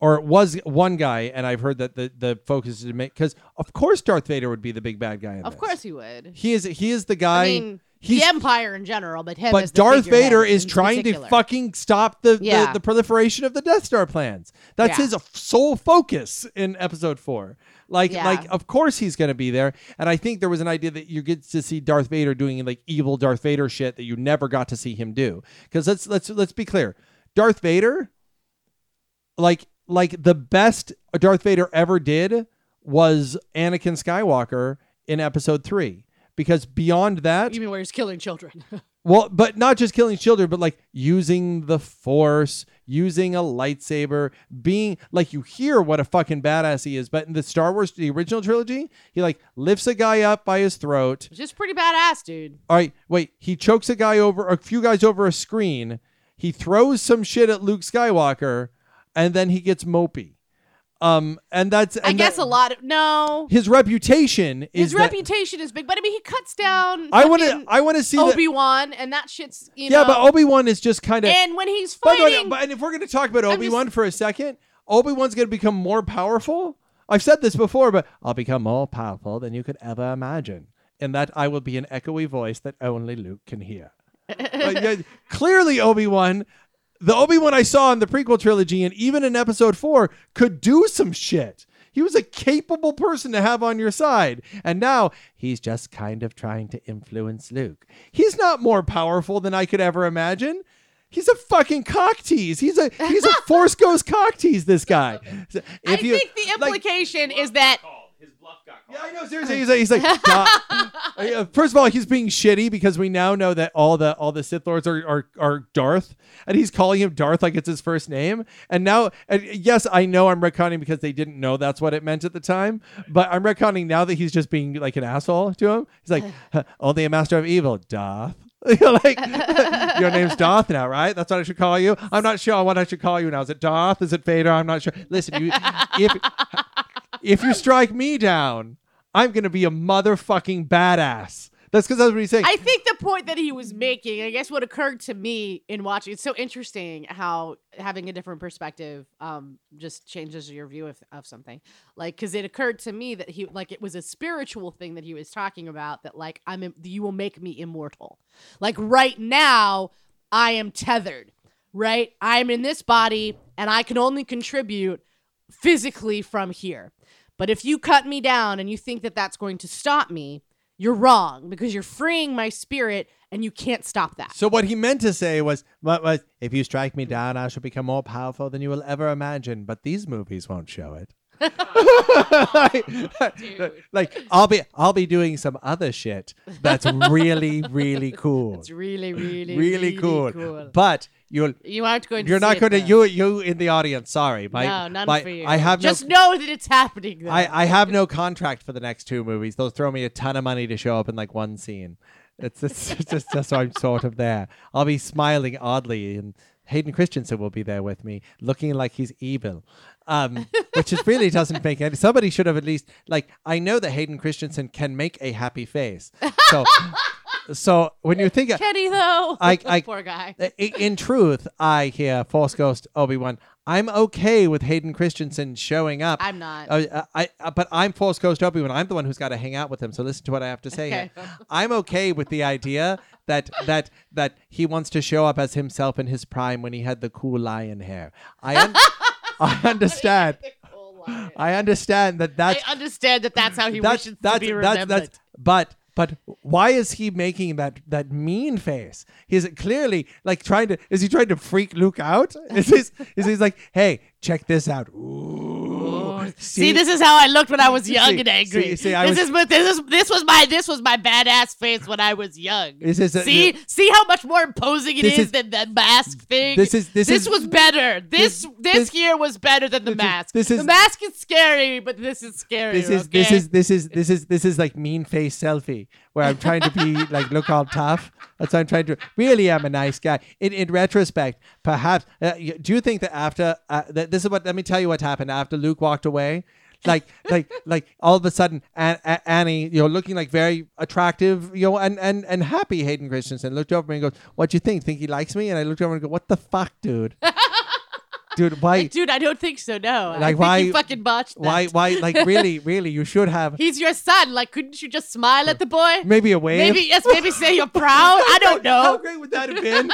or it was one guy, and I've heard that the the focus is to make because of course Darth Vader would be the big bad guy in
of
this.
course he would.
he is he is the guy.
I mean,
he's-
the Empire in general, but him. as
but
the
Darth
figurehead
Vader is
in
trying
particular.
to fucking stop the,
Yeah.
the the proliferation of the Death Star plans. That's
Yeah.
his sole focus in Episode Four. Like,
Yeah.
like of course he's going to be there. And I think there was an idea that you get to see Darth Vader doing like evil Darth Vader shit that you never got to see him do. Because let's let's let's be clear, Darth Vader, like like the best Darth Vader ever did was Anakin Skywalker in Episode Three. Because beyond that,
You mean where he's killing children?
well, but not just killing children, but like using the force, using a lightsaber, being like you hear what a fucking badass he is. But in the Star Wars, the original trilogy, he like lifts a guy up by his throat.
Which is pretty badass, dude.
All right, wait, he chokes a guy over, a few guys over a screen. He throws some shit at Luke Skywalker, and then he gets mopey. Um, and that's
I
and
guess
that-
a lot of no.
his reputation is
His
that-
reputation is big, but I mean he cuts down.
I want to, I want to see that.
Obi Wan, and that shit's you
Yeah,
know.
but Obi Wan is just kind of.
and when he's
By the
fighting,
way, but- and if we're going to talk about
I'm
Obi Wan for a second, Obi Wan's going to become more powerful. I've said this before, but I'll become more powerful than you could ever imagine, and that I will be an echoey voice that only Luke can hear. Like, yeah, clearly, Obi Wan, the Obi Wan I saw in the prequel trilogy, and even in Episode Four, could do some shit. He was a capable person to have on your side, and now he's just kind of trying to influence Luke. He's not more powerful than I could ever imagine. He's a fucking cock tease. He's a he's a force goes cock tease. This guy. If
I
you-
think the
like-
implication is that
yeah, I know. Seriously, he's like, he's like "Duh." Uh, first of all, he's being shitty because we now know that all the all the Sith lords are are, are Darth, and he's calling him Darth like it's his first name. And now, and yes, I know I'm retconning because they didn't know that's what it meant at the time, but I'm retconning now that he's just being like an asshole to him. He's like, "Huh, only a master of evil, Darth. You're like your name's Darth now, right? That's what I should call you. I'm not sure what I should call you now. Is it Darth? Is it Vader? I'm not sure. Listen, you, if if you strike me down, I'm gonna be a motherfucking badass. That's because that's what he's saying.
I think the point that he was making, I guess what occurred to me in watching, it's so interesting how having a different perspective um, just changes your view of, of something. Like, because it occurred to me that he, like, it was a spiritual thing that he was talking about that, like, I'm, im- you will make me immortal. Like, right now, I am tethered, right? I'm in this body and I can only contribute physically from here. But if you cut me down and you think that that's going to stop me, you're wrong because you're freeing my spirit and you can't stop that.
so what he meant to say was, what was, if you strike me down, I shall become more powerful than you will ever imagine. But these movies won't show it.
Dude.
like I'll be I'll be doing some other shit that's really really cool.
It's really, really,
really, cool. But you'll
You aren't going. to
you're not
see it,
going to
though.
you you in the audience. Sorry, my,
no, none
my-
for you.
I have
just
no
know that it's happening. Though.
I, I have no contract for the next two movies. They'll throw me a ton of money to show up in like one scene. It's just, it's just, just so I'm sort of there. I'll be smiling oddly, and Hayden Christensen will be there with me, looking like he's evil, um, which just really doesn't make any. Somebody should have at least like I know that Hayden Christensen can make a happy face. So, so when you think
Kenny though.
I- I-
poor guy.
I- in truth, I hear Force Ghost Obi Wan. I'm okay with Hayden Christensen showing up.
I'm not.
Uh, I, I, but I'm Force Ghost Obi Wan. I'm the one who's got to hang out with him. So listen to what I have to say.
Okay.
Here. I'm okay with the idea that that that he wants to show up as himself in his prime when he had the cool lion hair. I un- I understand. I understand that
I
that's
understand that that's how he
that's
wishes
that's
to be
that's,
remembered.
that's but but why is he making that that mean face? He's clearly like trying to is he trying to freak Luke out? Is he is he like, hey, check this out. Ooh.
See, this is how I looked when I was young
See-
and angry.
see- see, I
this
was-
is what this is. This was my this was my badass face when I was young.
This is a-
see see how much more imposing it
This
is,
is-
than the mask thing.
this is- this is-
was better. This this,
this-
here was better than the
this is-
mask.
this is-
the mask is scary, but this is scary.
this is this is this is this is this is like mean face selfie where I'm trying to be like look all tough. That's what I'm trying to. Really, I'm a nice guy. In in retrospect, perhaps uh, y- do you think that after uh, that this is what? Let me tell you what happened after Luke walked away. Like like like all of a sudden, An- A- Annie, you know, looking like very attractive, you know, and and and happy. Hayden Christensen looked over at me and goes, "What do you think? Think he likes me?" And I looked over and go, "What the fuck, dude? dude, why?"
Like, dude, I don't think so. No, I
Like,
think
why-
you fucking botched that.
why, why, like, really, really, you should have
He's your son. Like, couldn't you just smile at the boy?
Maybe a wave.
Maybe yes. Maybe say you're proud. I don't
How
know.
great would that have been?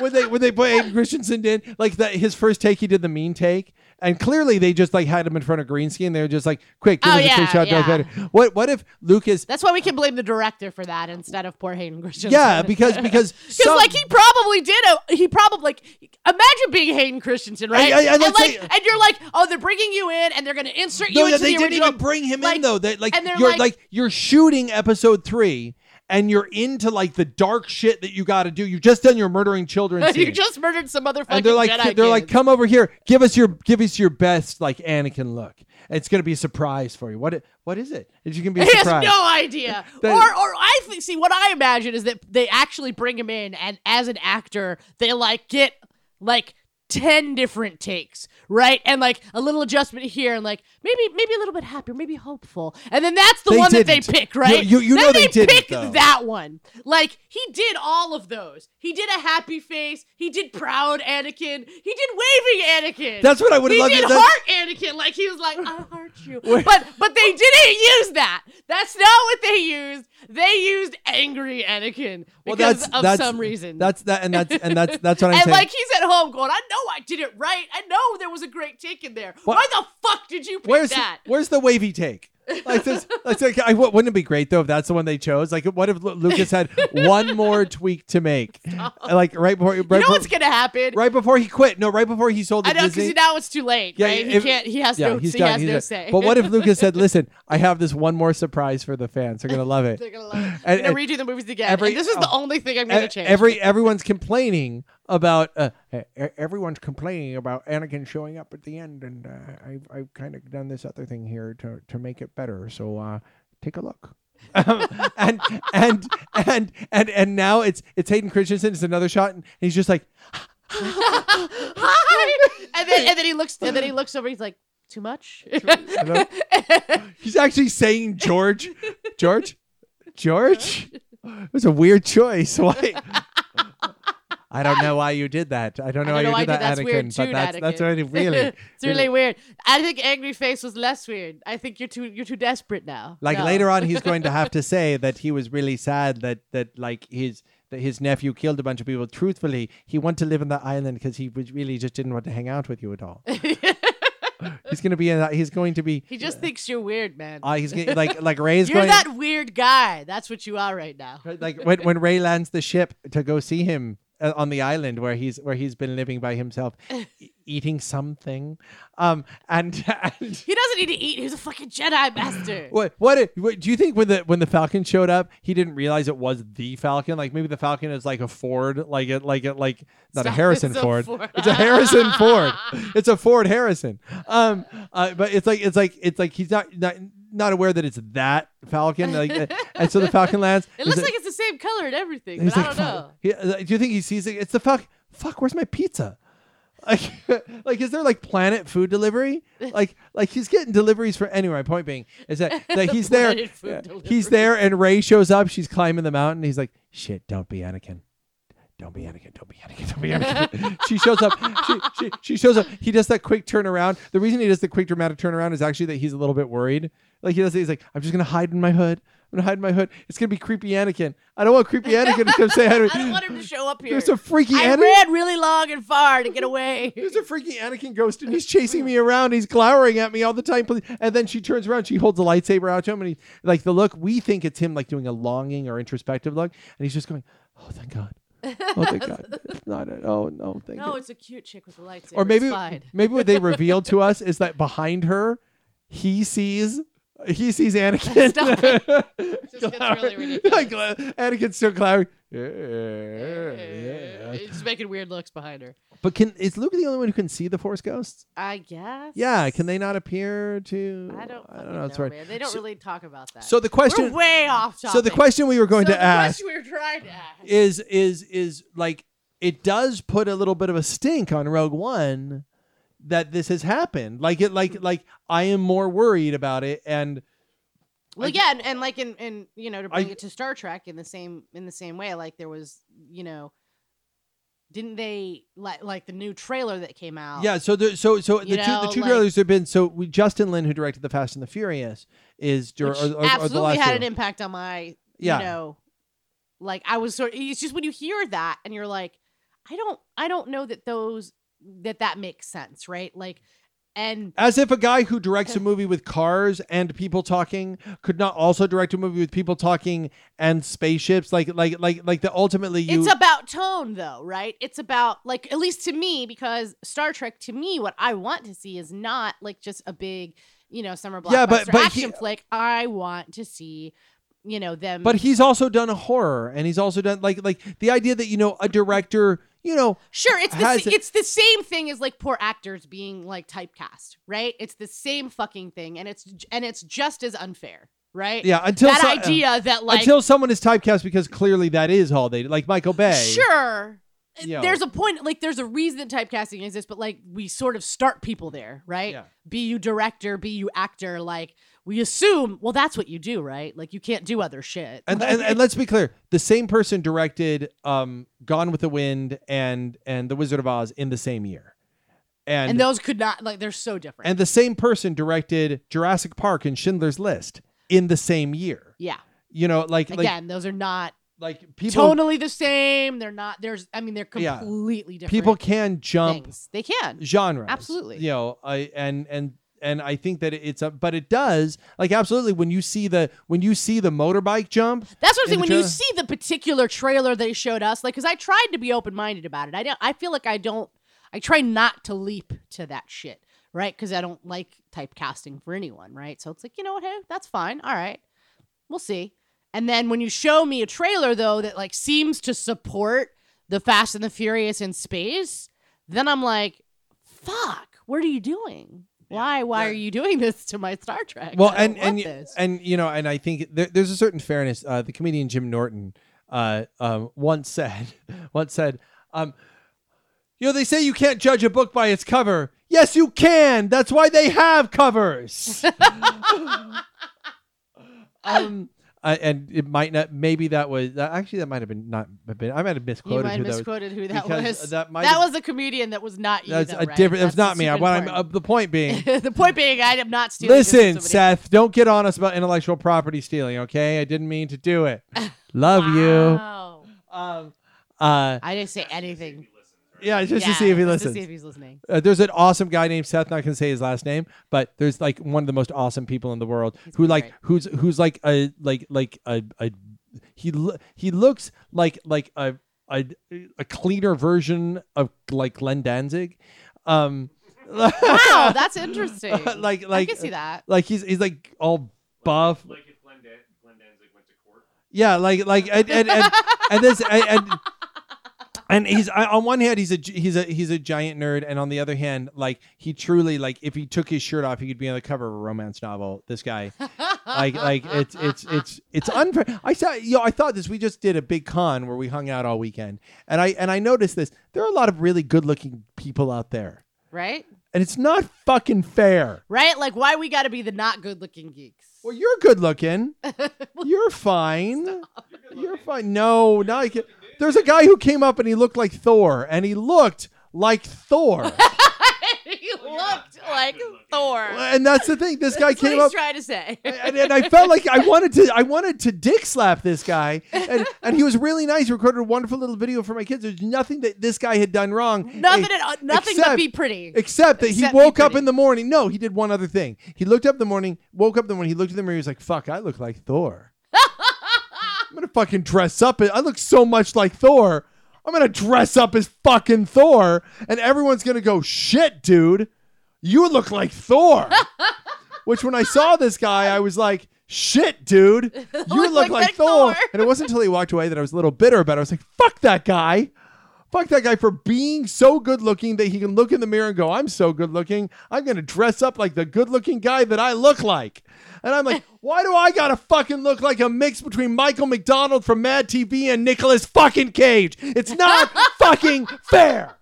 when they when they put Aiden Christensen in, like that his first take, he did the mean take, and clearly they just like had him in front of green screen. They were just like, "Quick, give
Oh,
us a
yeah,
quick shot, Darth
yeah.
Vader." What what if Lucas?
That's why we can blame the director for that instead of poor Hayden Christensen.
Yeah, because because
Because
some-
like he probably did a he probably like imagine being Hayden Christensen right
I- I- I
and
like
like
to-
and you're like oh they're bringing you in and they're gonna insert you
no, yeah,
into
they
the
didn't
original
even bring him in
like-
though. That like
and they're
you're like,
like-
you're shooting episode three. And you're into like the dark shit that you got to do. You've just done your murdering children.
you
scene.
just murdered some other fucking
and they're like
Jedi
they're
kids.
like come over here give us your give us your best like anakin look it's gonna be a surprise for you what i- what is it is you gonna be a
he has
surprise
no idea
They-
or or I think see what I imagine is that they actually bring him in and as an actor they like get like. 10 different takes, right? And like a little adjustment here and like maybe maybe a little bit happier, maybe hopeful. And then that's the
They
one that
didn't.
they pick,
You-
right?
you- you
Then
know they didn't,
pick
though.
that that one. Like he did all of those. He did a happy face. He did proud Anakin. He did waving Anakin.
That's what I would've
He
loved
did
it. That's-
heart Anakin. Like he was like, I heart you. but but they didn't use that. That's not what they used. They used angry Anakin because of some reason.
that's that and that's and that's that's what i'm
and
saying
like he's at home going, I know I did it right. I know there was a great take in there.
What-
Why the fuck did you pick
where's
that?
where's the wavy take like this like, like, I, wouldn't it be great though if that's the one they chose like what if Lu- lucas had one more tweak to make like right before right,
you know
before,
what's gonna happen?
right before he quit no right before he sold the
I know
Disney-
because now it's too late,
Yeah,
right?
if-
he can't. He has
yeah,
no.
he's
he
done.
has
he's
no
done.
say.
But what if Lucas said, "Listen, I have this one more surprise for the fans. They're gonna love it."
They're gonna love it.
And-
I'm gonna redo the movies again.
every-
and this is the
oh,
only thing I'm
E-
gonna change.
Every everyone's complaining about uh, e- everyone's complaining about Anakin showing up at the end, and uh, I've I've kind of done this other thing here to to make it better. So uh, take a look. Um, and and and and and now it's it's Hayden Christensen. It's another shot, and he's just like,
Hi! and then and then he looks and then he looks over. He's like, too much.
Hello? He's actually saying George, George, George. It was a weird choice. Why? I don't know why you did that. I don't know
I
why
don't know why
you
I
did
did
that,
that's
Anakin.
weird too,
but that's that's
Anakin.
already really.
it's really weird. I think angry face was less weird. I think you're too you're too desperate now.
Like later on, he's going to have to say that he was really sad that that like his that his nephew killed a bunch of people. Truthfully, he wanted to live on the island because he was really just didn't want to hang out with you at all. he's gonna be in. that- He's going to be.
he just thinks you're weird, man.
Uh, he's gonna, like like Ray's
you're
going.
that weird guy. That's what you are right now.
Right, like when, when Ray lands the ship to go see him uh, on the island where he's where he's been living by himself, y- eating something. Um, and, and
He doesn't need to eat. He's a fucking Jedi master.
what, what i- what do you think when the when the Falcon showed up, he didn't realize it was the Falcon? Like maybe the Falcon is like a Ford, like it, like it, like not a
Stop,
Harrison
it's a
Ford.
Ford.
It's a Harrison Ford. It's a Ford Harrison. Um, uh, but it's like it's like it's like he's not not not aware that it's that Falcon. Like, uh, and so the Falcon lands. Is
It looks like it's the same color and everything,
He's
but I
like,
don't know.
"Fuck." He- uh, do you think he sees it? It's the fuck. Fuck. Where's my pizza? Like, like, is there like Planet food delivery? Like, like he's getting deliveries for anyway. My point being is that that he's there.
Planet food
yeah,
delivery.
He's there, and Ray shows up. She's climbing the mountain. He's like, "Shit, don't be Anakin." Don't be Anakin. Don't be Anakin. Don't be Anakin. she shows up. She, she, she shows up. He does that quick turnaround. The reason he does the quick dramatic turnaround is actually that he's a little bit worried. Like he does, he's like, I'm just gonna hide in my hood. I'm gonna hide in my hood. It's gonna be creepy Anakin. I don't want creepy Anakin to come say hi to me.
I don't want him to show up here.
There's a freaky
I
Anakin.
ran really long and far to get away.
There's a freaky Anakin ghost, and he's chasing me around. He's glowering at me all the time. Please. And then she turns around. She holds a lightsaber out to him, and he like the look. We think it's him like doing a longing or introspective look, and he's just going, "Oh, thank God." Oh, thank God. It's not it. Oh, no, thank
No,
God.
it's a cute chick with a lightsaber.
Or maybe,
It's fine.
maybe what they revealed to us is that behind her, he sees. He sees Anakin.
Stop This gets
Glower-
really ridiculous.
Gla- Anakin's still glowering. Yeah, yeah.
She's making weird looks behind her.
But can is Luke the only one who can see the Force ghosts?
I guess.
Yeah, can they not appear to?
I don't.
I don't know. It's right.
Man. They don't
So-
really talk about that.
So the question.
we're way off topic.
So the question we were going
So
to
the
ask
question we were trying to ask.
is is is like it does put a little bit of a stink on Rogue One that this has happened. Like it like like I am more worried about it and
well,
I-
yeah, and, and like in, in you know to
I-
bring it to Star Trek in the same in the same way, like there was you know, didn't they like like the new trailer that came out?
Yeah, so the so so the
You
two the
know,
two
like-
trailers have been so we, Justin Lin who directed the Fast and the Furious is dur-
which
or, or- or the
absolutely
last
had
two.
an impact on my
Yeah.
you know, like I was sort. It's just when you hear that and you're like, I don't I don't know that those that that makes sense, right? Like, and
As if a guy who directs a movie with cars and people talking could not also direct a movie with people talking and spaceships. Like like like like the ultimately you
It's about tone, though, right? It's about like at least to me because Star Trek to me, what I want to see is not like just a big, you know, summer blockbuster
Yeah, but- but he-
action flick. I want to see, you know, them.
but he's also done a horror and he's also done like like the idea that you know a director you know
sure, it's the
has-
sa- it's the same thing as like poor actors being like typecast, right? It's the same fucking thing, and it's and it's just as unfair, right?
yeah until
That
so- uh,
idea that like
until someone is typecast because clearly that is all they like Michael Bay
Sure.
Yo.
There's a point, like, there's a reason that typecasting exists, but like, we sort of start people there, right?
Yeah.
Be you director, be you actor. Like, we assume, well, that's what you do, right? Like, you can't do other shit.
and, and and let's be clear the same person directed um Gone with the Wind and and The Wizard of Oz in the same year and
And those could not, like, they're so different.
And the same person directed Jurassic Park and Schindler's List in the same year.
yeah.
You know, like like
Again, those are not
like people
tonally the same. They're not, there's, I mean, they're
Yeah.
completely different.
people can jump
things. They can.
genres.
Absolutely.
You know, I and and and I think that it's a but it does like absolutely when you see the when you see the motorbike jump.
That's
in
what I'm saying.
the
When you
trailer.
see the particular trailer they showed us, like, because I tried to be open minded about it. I don't. I feel like I don't. I try not to leap to that shit, right? Because I don't like typecasting for anyone, right? So it's like, you know what? Hey, that's fine. All right, we'll see. And then when you show me a trailer though that like seems to support the Fast and the Furious in space, then I'm like, fuck. What are you doing? Why? Why
Yeah.
are you doing this to my Star Trek?
well,
I
and
don't want
and y-
this.
and you know, and I think there, there's a certain fairness. Uh, the comedian Jim Norton uh, um, once said, once said, um, you know, they say you can't judge a book by its cover. Yes, you can. That's why they have covers. um, I and it might not. Maybe that was that, actually that might have been not have been. I might have
you
misquoted
might
who
have
that was.
misquoted who that
because
was.
that might
that
have-
was a comedian that was not you.
That's
though,
a
right?
different. That's
That's
not me. I,
super
what I'm, uh,
important.
the point being,
the point being, I am not stealing. this from
Listen,
somebody.
Seth, don't get on us about intellectual property stealing, okay? I didn't mean to do it. Love you.
Wow.
Um, uh,
I didn't say anything.
yeah, just
Yeah,
to see if he
just
listens.
To see if he's listening.
Uh, there's an awesome guy named Seth. Not gonna say his last name, but there's like one of the most awesome people in the world who like
great.
who's who's like a like like a, a he lo- he looks like like a, a a cleaner version of like Glenn Danzig. Um,
Wow, that's interesting.
like
I
like uh,
can see that.
like he's he's like all buff.
Like if Glenn, Dan- Glenn Danzig went to court.
Yeah, like like and and and, and this and, and and he's I, on one hand he's a gi- he's a he's a giant nerd, and on the other hand, like he truly like if he took his shirt off, he could be on the cover of a romance novel. This guy, like like it's it's it's it's unfair. I saw you know, I thought this. We just did a big con where we hung out all weekend, and I and I noticed this. There are a lot of really good looking people out there,
right,
and it's not fucking fair.
right. Like why we got to be the not good-looking geeks?
Well, you're good looking. You're fine. You're fine. No, now I can. There's a guy who came up and he looked like Thor, and he looked like Thor.
you looked like Thor.
and that's the thing. This guy
That's what
came
he's
up.
trying to say.
And, and I felt like I wanted to, I wanted to dick slap this guy, and, and he was really nice. He recorded a wonderful little video for my kids. There's nothing that this guy had done wrong.
nothing,
Eh,
at, uh, nothing
except-
but be pretty.
Except that
Except
he woke up
puberty.
in the morning. No, he did one other thing. He looked up in the morning, woke up in the morning, he looked in the mirror, he was like, fuck, I look like Thor. I'm gonna fucking dress up. I look so much like Thor. I'm gonna dress up as fucking Thor, and everyone's gonna go, shit, dude, you look like Thor. Which when I saw this guy, I was like, shit, dude, you look, like, Thor. And it wasn't until he walked away that I was a little bitter about it. I was like, fuck that guy. Fuck that guy for being so good looking that he can look in the mirror and go, I'm so good looking. I'm going to dress up like the good looking guy that I look like. And I'm like, why do I got to fucking look like a mix between Michael McDonald from Mad TV and Nicolas fucking Cage? It's not fucking fair.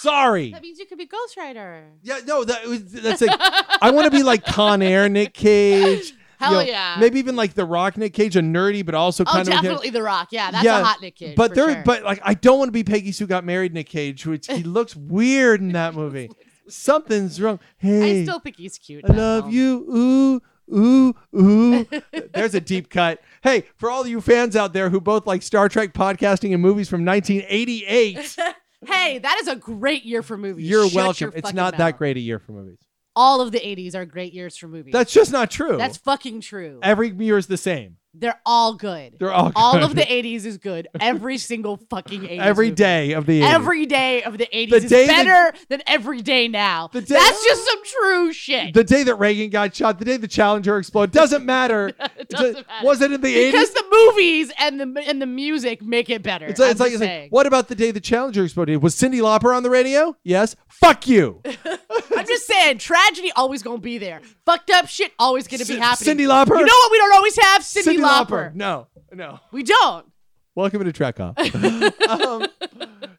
Sorry.
that means you could be Ghost Rider.
Yeah, no, that was that's like I want to be like Con Air Nick Cage.
Hell
you know,
yeah.
Maybe even like the Rock Nick Cage, a nerdy but also
Oh,
kind of.
definitely The Rock. Yeah, that's
Yeah,
a hot Nick Cage.
but
for
there,
sure.
but like I don't want to be Peggy Sue got married Nick Cage, which he looks weird in that movie. Something's wrong. Hey,
I still think he's cute.
I love
Bethel.
you. Ooh, ooh, ooh. There's a deep cut. Hey, for all you fans out there who both like Star Trek podcasting and movies from 1988,
Hey, that is a great year for movies.
you're
Shut your
welcome. it's
fucking
not that
mouth.
great a year for movies.
All of the '80s are great years for movies.
That's just not true.
That's fucking true.
Every year is the same.
They're all good.
They're all
all
good.
of the '80s is good. Every single fucking '80s.
every
movie.
day of the 80s.
Every day of the 80s
The
is
day that-
better than every day now.
The day-
That's just some true shit.
the day that Reagan got shot, the day the Challenger exploded, doesn't matter.
It doesn't
It's a-
matter.
Was it in the
because
80s?
the movies and the and the music make it better.
It's like,
I'm
it's like,
just
it's like,
saying.
what about the day the Challenger exploded? Was Cindy Lauper on the radio? Yes. Fuck you.
I'm just saying, tragedy always gonna be there. Fucked up shit always gonna be
C-
happening.
Cyndi Lauper?
You know what we don't always have? Cindy, Lauper.
No, no.
We don't.
Welcome to Trek Off. um,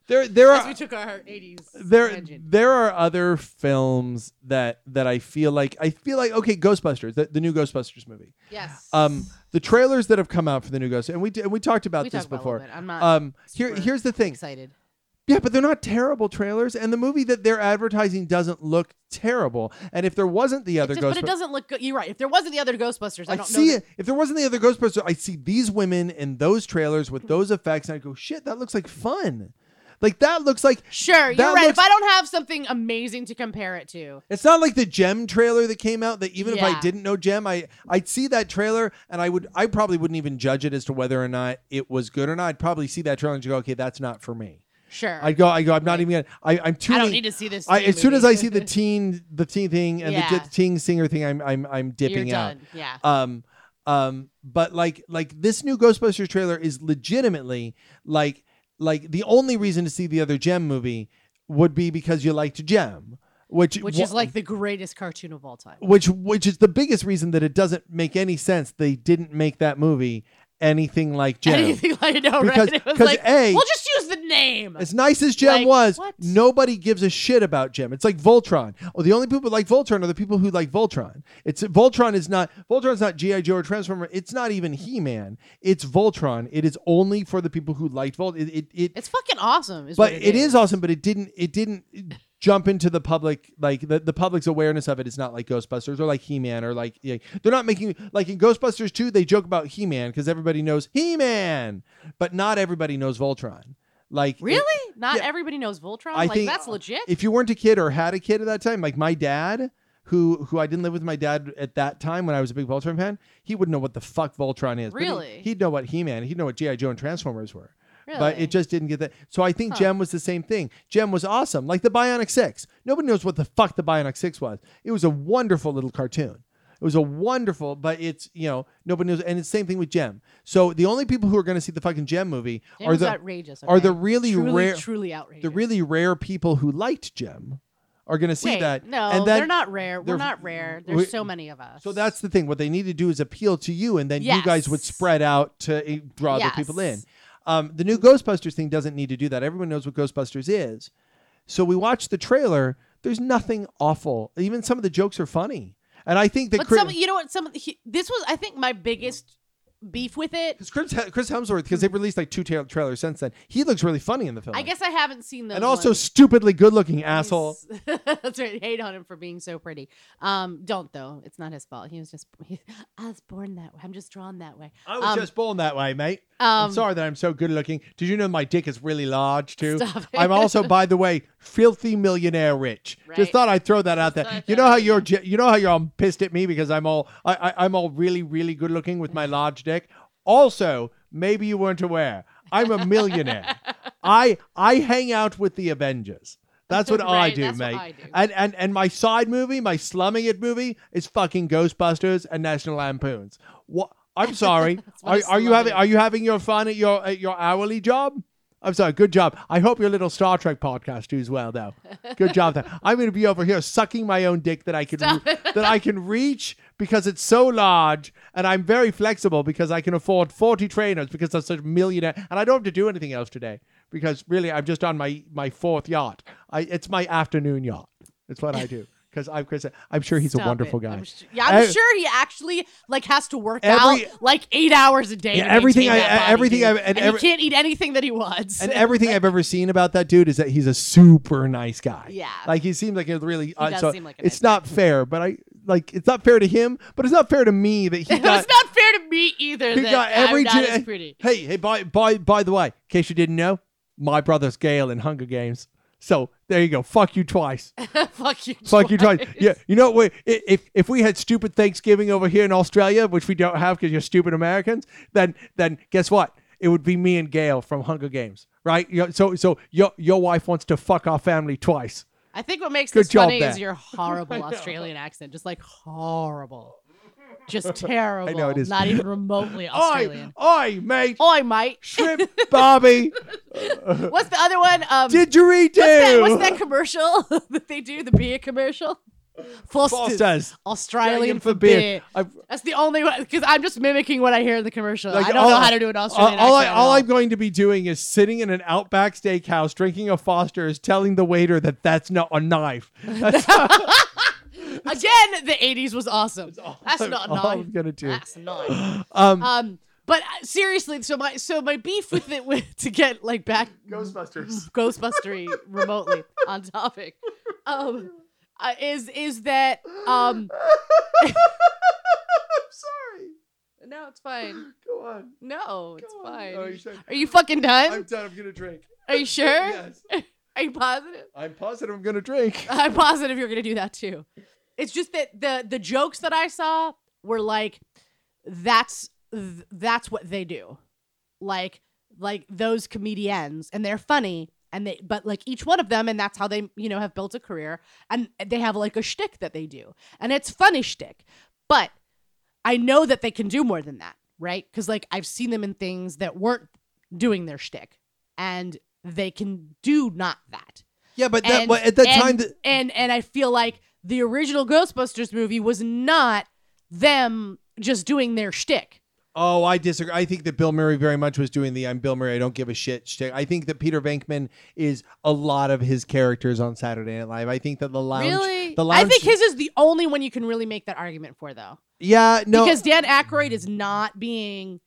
there, there
As
are
we took our 80s
there
engine.
there are other films that that I feel like I feel like okay, Ghostbusters, the, the new Ghostbusters movie.
Yes.
Um, the trailers that have come out for the new Ghost, and we d- and we talked about
we
this
talked about
before.
it a little bit. I'm not
um, here
super
here's the thing.
excited.
Yeah, but they're not terrible trailers, and the movie that they're advertising doesn't look terrible. And if there wasn't the other
Just-
Ghostbusters,
but it doesn't look good. You're right. If there wasn't the other Ghostbusters, I,
I
don't
see
know.
it. If there wasn't the other Ghostbusters, I see these women in those trailers with those effects, and I go, shit, that looks like fun. Like that looks like
that- Sure,
That
you're right.
looks-
If I don't have something amazing to compare it to,
It's not like the Gem trailer that came out that even if I
Yeah.
didn't know Gem, I I'd see that trailer and I would I probably wouldn't even judge it as to whether or not it was good or not. I'd probably see that trailer and go, okay, that's not for me.
sure.
I'd go, I go, I'm not even gonna I, I'm too
I don't need to see this.
I,
teen
as soon as
movie.
I see the teen the teen thing and the
Yeah.
di- teen singer thing, I'm I'm I'm dipping
you're
out.
Done. Yeah.
Um um but like like this new Ghostbusters trailer is legitimately like like the only reason to see the other Gem movie would be because you liked Gem. Which
Which
wa-
is like the greatest cartoon of all time.
which which is the biggest reason that it doesn't make any sense they didn't make that movie anything like Gem.
Anything like I know,
Because-
right? It was
'cause
like,
A-
we'll just use the name.
As nice as Gem
Like,
was,
what?
nobody gives a shit about Gem. It's like Voltron. Oh, the only people that like Voltron are the people who like Voltron. It's Voltron is not Voltron's not GI Joe or Transformer. It's not even He Man. It's Voltron. It is only for the people who liked Volt. It, it, it
It's fucking awesome. Is
but
what
it is awesome. But it didn't. It didn't jump into the public like the, the public's awareness of it is not like Ghostbusters or like He Man or like yeah, they're not making like in Ghostbusters two they joke about He Man because everybody knows He Man, but not everybody knows Voltron. Like it-
Really? Not
Yeah.
everybody knows Voltron?
I
like,
think-
that's legit.
if you weren't a kid or had a kid at that time, like my dad, who who I didn't live with my dad at that time when I was a big Voltron fan, he wouldn't know what the fuck Voltron is. but he-
Really?
he'd know what He Man, he'd know what GI Joe and Transformers were. but
Really?
it just didn't get that. So I think
Huh.
Gem was the same thing. Gem was awesome, like the Bionic Six. Nobody knows what the fuck the Bionic Six was. It was a wonderful little cartoon. It was a wonderful, but it's you know nobody knows, and it's the same thing with Gem. So the only people who are going to see the fucking Gem movie
It
are
was
the
outrageous.
are the
okay?
really
truly,
rare
truly outrageous?
the really rare people who liked Gem are going to see
Wait,
that.
No,
and then,
they're not rare.
they're-
We're not rare.
we-
There's so many of us.
So that's the thing. What they need to do is appeal to you, and then you guys would
Yes.
spread out to eh, draw other people in.
Yes.
Um, the new Ghostbusters thing doesn't need to do that. Everyone knows what Ghostbusters is. So we watched the trailer. There's nothing awful. Even some of the jokes are funny, and I think that
but
Chris,
some, you know what? Some of the- he, this was, I think, my biggest beef with it.
'cause Chris, Chris Hemsworth, because they've released like two ta- trailers since then, he looks really funny in the film.
I guess I haven't seen those.
and also
ones.
stupidly good-looking asshole.
He's- That's right. Hate on him for being so pretty. Um, don't though. It's not his fault. He was just. He, I was born that way. I'm just drawn that way.
I was
Um,
just born that way, mate.
Um,
I'm sorry that I'm so good looking. Did you know my dick is really large too?
Stop it.
I'm also, by the way, filthy millionaire rich. Just
Right.
thought I'd throw that out
Just
there.
thought
You
that
know how
was-
you're, j- you know how you're um, pissed at me because I'm all, I, I, I'm all really, really good looking with my large dick. Also, maybe you weren't aware, I'm a millionaire. I, I hang out with the Avengers. That's what I
Right,
do,
that's what
mate.
I do.
And, and and my side movie, my slumming it movie, is fucking Ghostbusters and National Lampoons. What? I'm sorry.
what
are,
a
are you
slumming
having
it.
Are you having your fun at your at your hourly job? I'm sorry. Good job. I hope your little Star Trek podcast does well, though. Good job. Though. I'm going to be over here sucking my own dick that I can
Stop it.
that I can reach because it's so large, and I'm very flexible because I can afford 40 trainers because I'm such a millionaire, and I don't have to do anything else today because really I'm just on my my fourth yacht. I it's my afternoon yacht. It's what I do because I'm Chris. I'm sure he's a
Stop
wonderful
it.
guy.
I'm su- yeah, I'm
I-
sure he actually like has to work
Every-
out like eight hours a day.
Yeah,
to
everything
maintain
I- e-,
that body,
everything
dude.
I've- and
and,
every-
he can't eat anything that he wants.
and everything I've ever seen about that dude is that he's a super nice guy.
Yeah.
like he seems like a really. uh,
does
so
seem like a
it's
nice
not fair, but I like it's not fair to him, but it's not fair to me that he
It's
got.
not fair to me either.
he
that
got every
I'm not
gen-
as pretty.
Hey, hey, by by by the way, in case you didn't know, my brother's Gale in Hunger Games. So there you go. Fuck you twice.
Fuck you.
Fuck you twice.
twice.
Yeah, you know what? If if we had stupid Thanksgiving over here in Australia, which we don't have because you're stupid Americans, then then guess what? It would be me and Gail from Hunger Games, right? You know, So so your your wife wants to fuck our family twice.
I think what makes
Good
this
job
funny
there.
is your horrible Australian accent, just like horrible, just terrible.
it is.
Not even remotely
Oi,
Australian. Oh.
oi, mate.
Oi, mate.
Shrimp, Bobby,
What's the other one? Um,
didgeridoo.
what's, that, what's that commercial that they do? The beer commercial. Foster's,
Foster's.
Australian
Australian
for beer.
I've-
That's the only one because I'm just mimicking what I hear in the commercial.
Like,
I don't
all
know
I-
how to do an
all,
Australian
all I,
accent. at
all
all.
I'm going to be doing is sitting in an Outback Steakhouse, drinking a Foster's, telling the waiter that that's not a knife. That's
Again, the '80s was awesome. That's
all-
not
all
nice.
I'm gonna do.
That's nice.
Um,
Um, but uh, seriously, so my so my beef with it with, to get like back
Ghostbusters.
Ghostbustery remotely on topic, um, uh, is is that um
I'm sorry.
no, it's fine.
Go on.
No, it's
Go on.
fine.
Oh, you said-
Are you fucking done?
I'm done. I'm gonna drink.
Are you sure?
Yes.
Are you positive?
I'm positive I'm gonna drink.
I'm positive you're gonna do that too. It's just that the the jokes that I saw were like, that's th- that's what they do, like like those comedians, and they're funny, and they but like each one of them, and that's how they you know have built a career, and they have like a shtick that they do, and it's funny shtick, but I know that they can do more than that, right? Because like I've seen them in things that weren't doing their shtick, and they can do not that
Yeah, but
and,
at that
and,
time,
and and I feel like the original Ghostbusters movie was not them just doing their shtick.
Oh, I disagree. I think that Bill Murray very much was doing the "I'm Bill Murray, I don't give a shit" shtick. I think that Peter Venkman is a lot of his characters on Saturday Night Live. I think that the lounge,
really,
the lounge,
I think his is the only one you can really make that argument for, though,
yeah, no,
because Dan Aykroyd is not being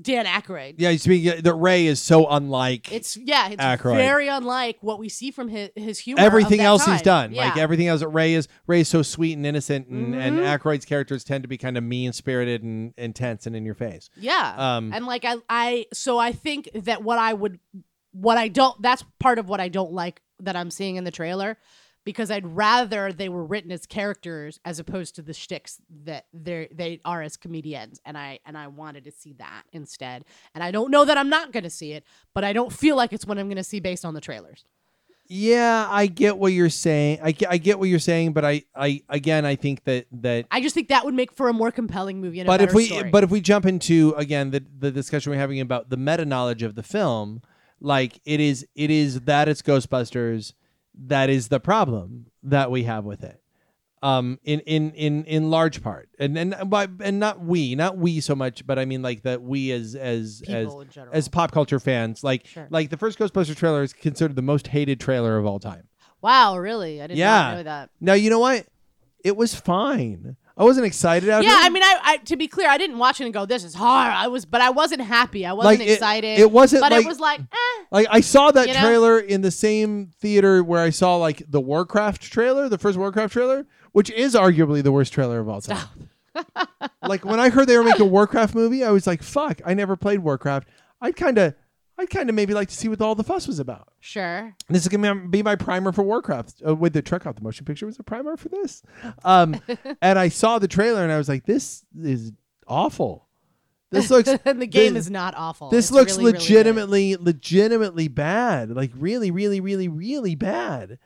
Dan Aykroyd.
yeah, he's speaking. That Ray is so unlike
It's yeah, it's
Aykroyd.
very unlike what we see from his his humor. of
everything
that
else he's
time.
done.
Yeah. Mm-hmm.
Like everything else, that Ray is Ray is so sweet and innocent, and and Aykroyd's characters tend to be kind of mean spirited and intense and in your face.
yeah.
Um,
and like I, I so i think that what i would what i don't that's part of what i don't like that i'm seeing in the trailer because I'd rather they were written as characters as opposed to the shticks that they they are as comedians, and I and I wanted to see that instead. And I don't know that I'm not going to see it, but I don't feel like it's what I'm going to see based on the trailers.
Yeah, I get what you're saying. I get, I get what you're saying, but I, I again, I think that that.
I just think that would make for a more compelling movie. And a
But if
better
we,
story.
but if we jump into again the the discussion we're having about the meta knowledge of the film, like it is, it is that it's Ghostbusters, that is the problem that we have with it, um, in in in in large part, and and by and not we, not we so much, but I mean like that we as as as
people in general,
as pop culture fans, like
Sure.
like the first Ghostbuster trailer is considered the most hated trailer of all time.
wow, really, I did
Yeah.
not know that.
Now you know what? It was fine. I wasn't excited out
yeah,
of it.
I mean, I, I to be clear, I didn't watch it and go, "This is hard." I was, but I wasn't happy. I wasn't
Like, it-
excited.
it wasn't
but
like-
it was like, eh.
like I saw that
You know?
trailer in the same theater where I saw like the Warcraft trailer, the first Warcraft trailer, which is arguably the worst trailer of all time. like when I heard they were making a Warcraft movie, I was like, "Fuck, I never played Warcraft. I'd kind of I'd kind of maybe like to see what all the fuss was about."
Sure.
This is gonna be my primer for Warcraft. Uh, with the truck off the motion picture was a primer for this. Um, and I saw the trailer and I was like, "This is awful. This looks
and the game
this-
is not awful.
this
It's
looks
really, really good.
legitimately legitimately bad. Like really, really, really, really bad."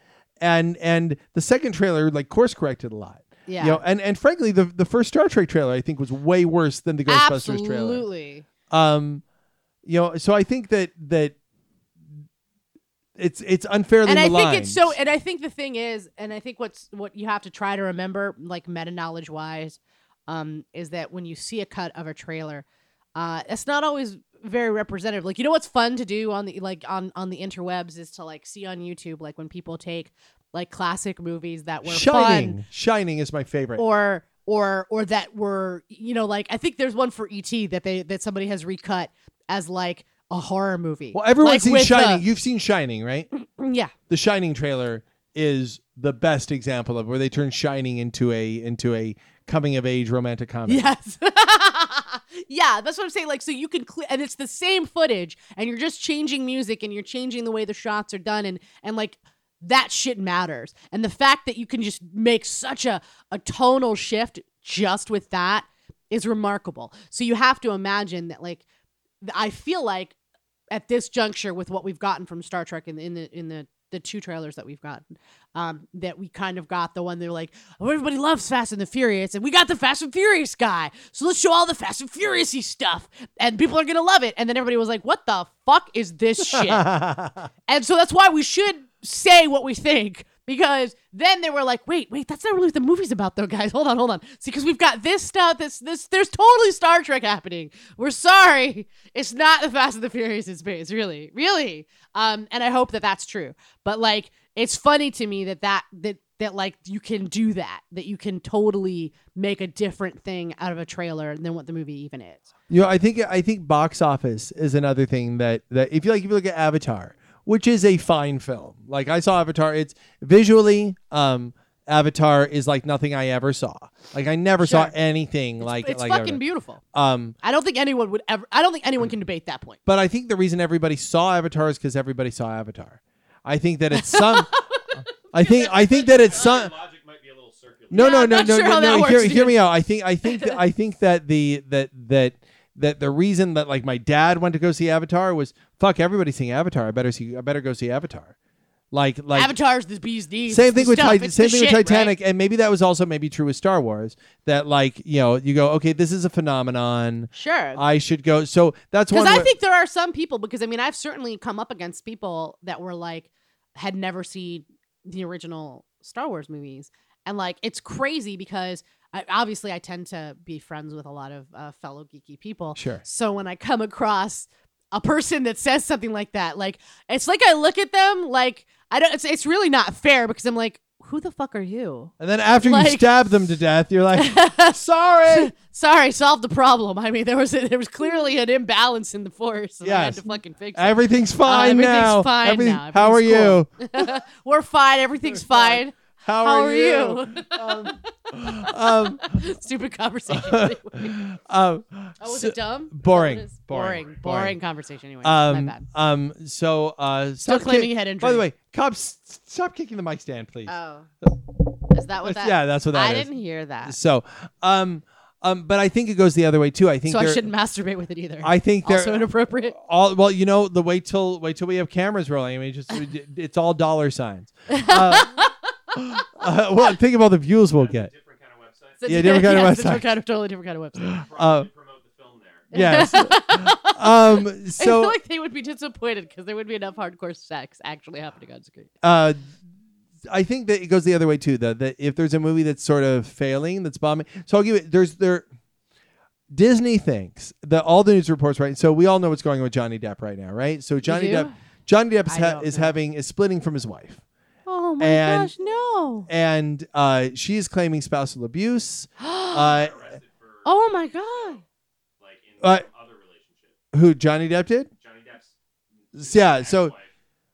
And and the second trailer like course corrected a lot.
yeah.
You know, and and frankly, the the first Star Trek trailer I think was way worse than the Ghostbusters trailer
Absolutely.
um you know so i think that that it's it's unfairly
and I
maligned.
think it's so. And I think the thing is, and I think what's what you have to try to remember, like meta knowledge wise, um, is that when you see a cut of a trailer, uh, it's not always very representative. Like you know what's fun to do on the like on on the interwebs is to like see on YouTube like when people take like classic movies that were
shining
fun
shining is my favorite
or or or that were you know like I think there's one for ET that they that somebody has recut as like a horror movie.
well everyone's
Like,
seen
with
shining you've seen shining right
the- yeah,
the shining trailer is the best example of where they turn shining into a into a coming of age romantic comedy
yes, yeah. That's what I'm saying. Like so you can cle and it's the same footage, and you're just changing music, and you're changing the way the shots are done, and and like that shit matters. And the fact that you can just make such a a tonal shift just with that is remarkable. So you have to imagine that like th- I feel like at this juncture with what we've gotten from Star Trek in the in the in the the two trailers that we've gotten, um, that we kind of got the one they're like, oh, everybody loves Fast and the Furious, and we got the Fast and Furious guy, so let's show all the Fast and Furious stuff, and people are gonna love it. And then everybody was like, what the fuck is this shit? and so that's why we should say what we think because then they were like, wait, wait, that's not really what the movie's about though, guys. Hold on, hold on. See, because we've got this stuff, this, this, there's totally Star Trek happening. We're sorry, it's not the Fast and the Furious in space, really, really. Um, and I hope that that's true. But like, it's funny to me that that that that like you can do that, that you can totally make a different thing out of a trailer than what the movie even is.
You know, I think I think box office is another thing that that if you like if you look at Avatar, which is a fine film. Like I saw Avatar, it's visually um Avatar is like nothing I ever saw. Like I never saw
Sure.
anything like
it's
like
fucking
Avatar.
beautiful.
um
I don't think anyone would ever. I don't think anyone can debate that point.
but I think the reason everybody saw Avatar is cuz everybody saw Avatar. I think that it's some I think I think that it's some
Logic might be a little circular.
No,
Yeah,
no,
I'm
no,
not
no,
sure
no,
how
no.
that
Hear,
works
hear me out. I think, I think, I think that the that that that the reason that like my dad went to go see Avatar was fuck everybody's seeing Avatar. I better see. I better go see Avatar. Like, like
Avatars, the bees, these.
same
it's the
thing with
stuff,
Ti-
it's
same
the
thing
shit,
with Titanic,
right?
and maybe that was also maybe true with Star Wars. That like you know you go okay, this is a phenomenon.
Sure.
I should go. So that's one.
Because I
where-
think there are some people, because I mean, I've certainly come up against people that were like, had never seen the original Star Wars movies. And like, it's crazy because I, obviously I tend to be friends with a lot of uh, fellow geeky people.
sure.
So when I come across a person that says something like that, like, it's like I look at them, like, I don't, it's, it's really not fair because I'm like, who the fuck are you?
And then after you
Like-
stab them to death, you're like, sorry.
sorry, solved the problem. I mean, there was a, there was clearly an imbalance in the force. And I had
Yes.
to fucking fix it.
Everything's fine
Uh, everything's
now.
fine
Everything-
now.
How are
Everything's
you?
We're fine. Everything's
We're fine.
fine.
How,
How
are
are
you? um, um,
Stupid conversation. Anyway.
um,
Oh, was
so-
it dumb? Is that what
boring,
it is?
boring,
boring,
boring.
boring, conversation. Anyway,
um,
my bad.
um, so uh,
Still
stop kick-
claiming head injury.
By the way, cops, stop kicking the mic stand, please.
oh, is that
That's-
what that?
uh, yeah, that's what that
I
is.
didn't hear that,
So, um, um, but I think it goes the other way too. I think
so I
they're-
shouldn't masturbate with it either.
I think they're
also inappropriate.
all well. You know, the wait till wait till we have cameras rolling. I mean, just it's all dollar signs. Uh, uh, well, think of all the views we'll get.
That's a different kind of website.
It's a-
Yeah, different kind of
yeah, it's a
website.
different kind of totally different kind of website.
They probably promote the film there.
Uh, Yes. um.
I feel
So,
like they would be disappointed because there would be enough hardcore sex actually happening on screen.
uh, I think that it goes the other way too. That that if there's a movie that's sort of failing, that's bombing. So I'll give it. There's there. Disney thinks that all the news reports right. So we all know what's going on with Johnny Depp right now, right? So Johnny
do?
Depp, Johnny Depp is,
I
ha-
don't
is
know.
having is splitting from his wife.
Oh
my And- gosh,
no!
and uh, she is claiming spousal abuse. Uh,
Arrested for
oh my god!
like in
Uh,
some other relationship.
who Johnny Depp did?
Johnny Depp's
Yeah, so-
ex-wife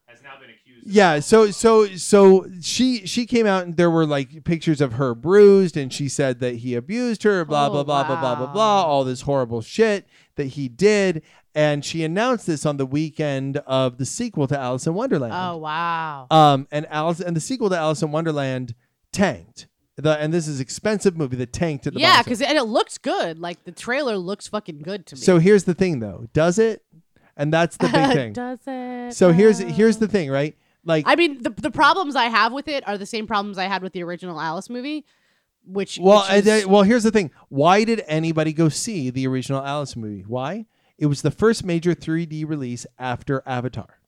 has now been accused. of
Yeah. So
assault.
so so she she came out and there were like pictures of her bruised and she said that he abused her. Blah
Oh,
blah blah blah blah blah
wow.
blah. All this horrible shit that he did. And she announced this on the weekend of the sequel to Alice in Wonderland.
Oh wow!
Um, and Alice and the sequel to Alice in Wonderland tanked. The, and this is expensive movie that tanked at the
yeah,
box
because and it looks good. Like the trailer looks fucking good to me.
So here's the thing though, does it? And that's the big thing.
Does it?
So here's here's
though?
the thing, right? Like
I mean, the the problems I have with it are the same problems I had with the original Alice movie, which
well,
which
I-
is-
I- well, here's the thing. Why did anybody go see the original Alice movie? Why? It was the first major 3D release after Avatar.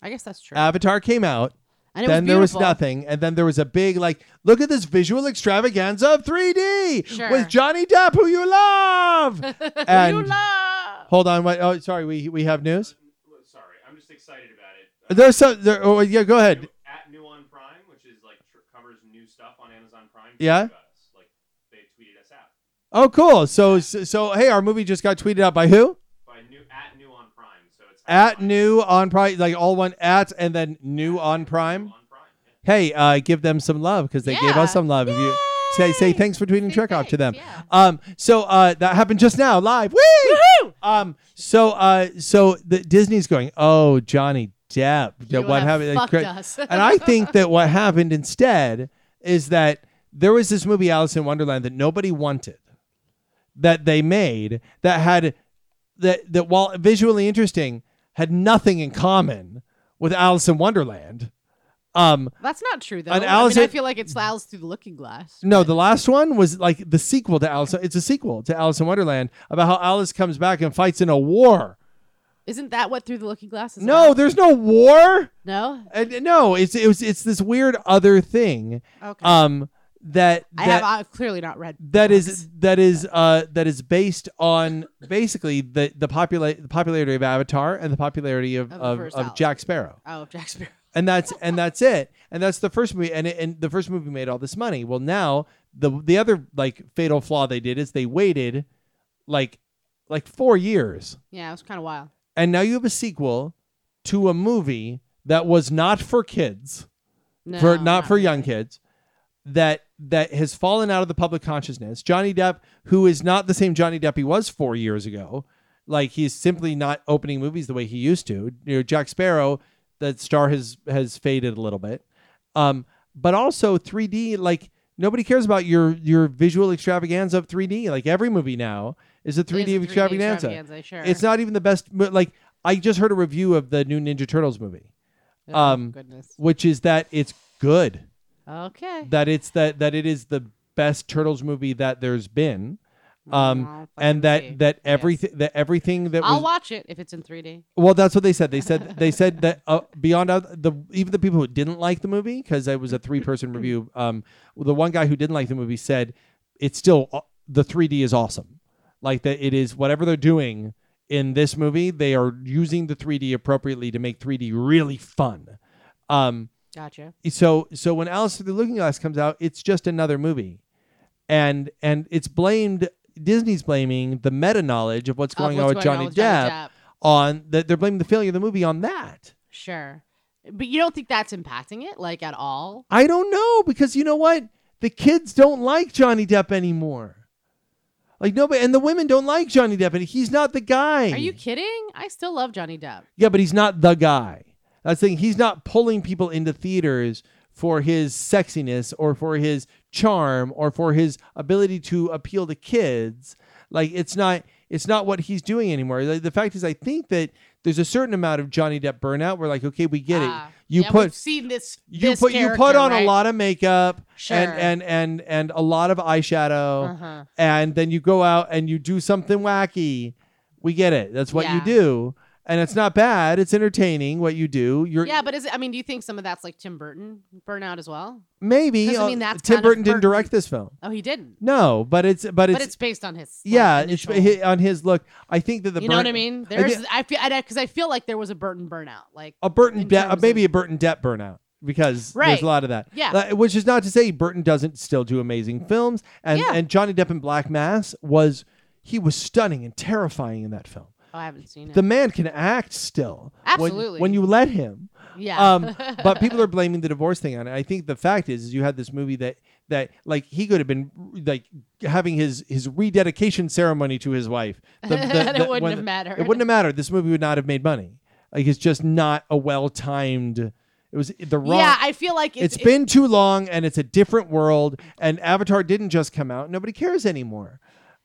I guess that's true.
Avatar came out,
and it
Uh, then
was
there was
beautiful.
nothing, and then there was a big like, look at this visual extravaganza of 3D
Sure.
with Johnny Depp, who you love.
you
and-
love.
Hold on, wait, oh sorry, we we have news.
Well, Sorry, I'm just excited about it. Uh,
There's some. There, oh yeah, go ahead.
At New on Prime, which is like tr- covers new stuff on Amazon Prime. tweeted
Yeah.
us. Like they tweeted us out
Oh cool. So so hey, our movie just got tweeted out by who?
by new at New on Prime. So it's
At
Prime.
new on prime, like all one at, and then new on prime.
On Prime. Yeah.
hey, uh, give them some love because they gave
Yeah.
us some love. If you say say
Yay!
thanks for tweeting
Say
Trek off to them.
thanks, yeah.
Um, so uh, that happened just now live. Woo!
Woohoo!
Um, so uh, so the Disney's going. Oh, Johnny Depp.
You
what
have
happened?
fucked
Cra-
us.
and I think that what happened instead is that there was this movie Alice in Wonderland that nobody wanted, that they made that had that that while visually interesting had nothing in common with Alice in Wonderland. Um,
that's not true though.
And
I,
Alice- Mm.
mean, I feel like it's Alice through the Looking Glass.
No, the last one was like the sequel to Alice. It's a sequel to Alice in Wonderland about how Alice comes back and fights in a war.
Isn't that what Through the Looking Glass is?
No,
about?
there's no war.
no.
And no, it's it was it's this weird other thing.
Okay.
Um, that
I have
that
uh, clearly not read.
that is
books.
that is uh that is based on basically the the popula- the popularity of Avatar and the popularity of
Of the
of,
first
of
Alice.
Jack Sparrow.
Oh, Jack Sparrow.
and that's and that's it and that's the first movie and it, and the first movie made all this money well now the the other like fatal flaw they did is they waited like like 4 years
Yeah, it was kind of wild.
and now you have a sequel to a movie that was not for kids
No,
for not, for
really.
young kids that that has fallen out of the public consciousness Johnny Depp who is not the same Johnny Depp he was 4 years ago like he's simply not opening movies the way he used to you know Jack Sparrow that star has has faded a little bit um but also 3D like nobody cares about your your visual extravaganza of 3D like every movie now is a 3D
It is a
extravaganza
Sure.
it's not even the best mo- like I just heard a review of the new Ninja Turtles movie
Oh,
um,
goodness.
which is that it's good
Okay.
that it's that that it is the best turtles movie that there's been um,
I'll fucking
and that
see.
that
Yes.
everything that everything that
I'll
was
watch it if it's in 3D.
well that's what they said they said they said that uh, beyond oth- the even the people who didn't like the movie because it was a three person review um the one guy who didn't like the movie said it's still aw- the 3D is awesome like that it is whatever they're doing in this movie they are using the 3D appropriately to make 3D really fun um
Gotcha.
so so when Alice through the Looking Glass comes out, it's just another movie, and and it's blamed. Disney's blaming the meta knowledge of what's
Of
going,
what's
on, with
going
Johnny Depp
Depp.
on that they're blaming the failure of the movie on that.
Sure. But you don't think that's impacting it like at all?
I don't know because you know what the kids don't like Johnny Depp anymore. Like nobody, and the women don't like Johnny Depp, and he's not the guy.
Are you kidding? I still love Johnny Depp.
Yeah, but he's not the guy. That's the thing. He's not pulling people into theaters for his sexiness or for his charm or for his ability to appeal to kids. Like it's not it's not what he's doing anymore. Like, the fact is I think that there's a certain amount of Johnny Depp burnout where like, okay, we get it.
Ah,
You
yeah,
put
we've seen this.
you
this
put you put
character,
on
right?
a lot of makeup
Sure.
and, and and and a lot of eyeshadow
Uh-huh.
and then you go out and you do something wacky. We get it. That's what you
Yeah.
do. And it's not bad. It's entertaining what you do. You're
Yeah, but is it? I mean, do you think some of that's like Tim Burton burnout as well?
maybe
Doesn't
uh,
mean that's
Tim
kind of
Burton didn't
Burton.
direct this film.
Oh, he didn't.
No, but it's but it's,
but it's based on his. like,
yeah, it's
initial-
hi- on his look. I think that the
you know what
Burton-
I mean?
I
There's,
thi-
I feel, because I feel like there was a Burton burnout. Like, oh,
a Burton
in
Depp,
terms of-
maybe a Burton Depp burnout because there's
Right.
a lot of that.
Yeah.
Uh, which is not to say Burton doesn't still do amazing films. And
Yeah.
and Johnny Depp in Black Mass was he was stunning and terrifying in that film.
oh, I haven't seen it.
The man can act still. when-
Absolutely.
when you let him.
yeah,
Um, but people are blaming the divorce thing on it. I think the fact is, is you had this movie that that like he could have been like having his his rededication ceremony to his wife. The- the-
And it
the-
wouldn't
when-
have mattered.
It wouldn't have mattered. This movie would not have made money. Like it's just not a well timed. It was the wrong.
yeah. I feel like it's,
it's been too long, and it's a different world. And Avatar didn't just come out. Nobody cares anymore.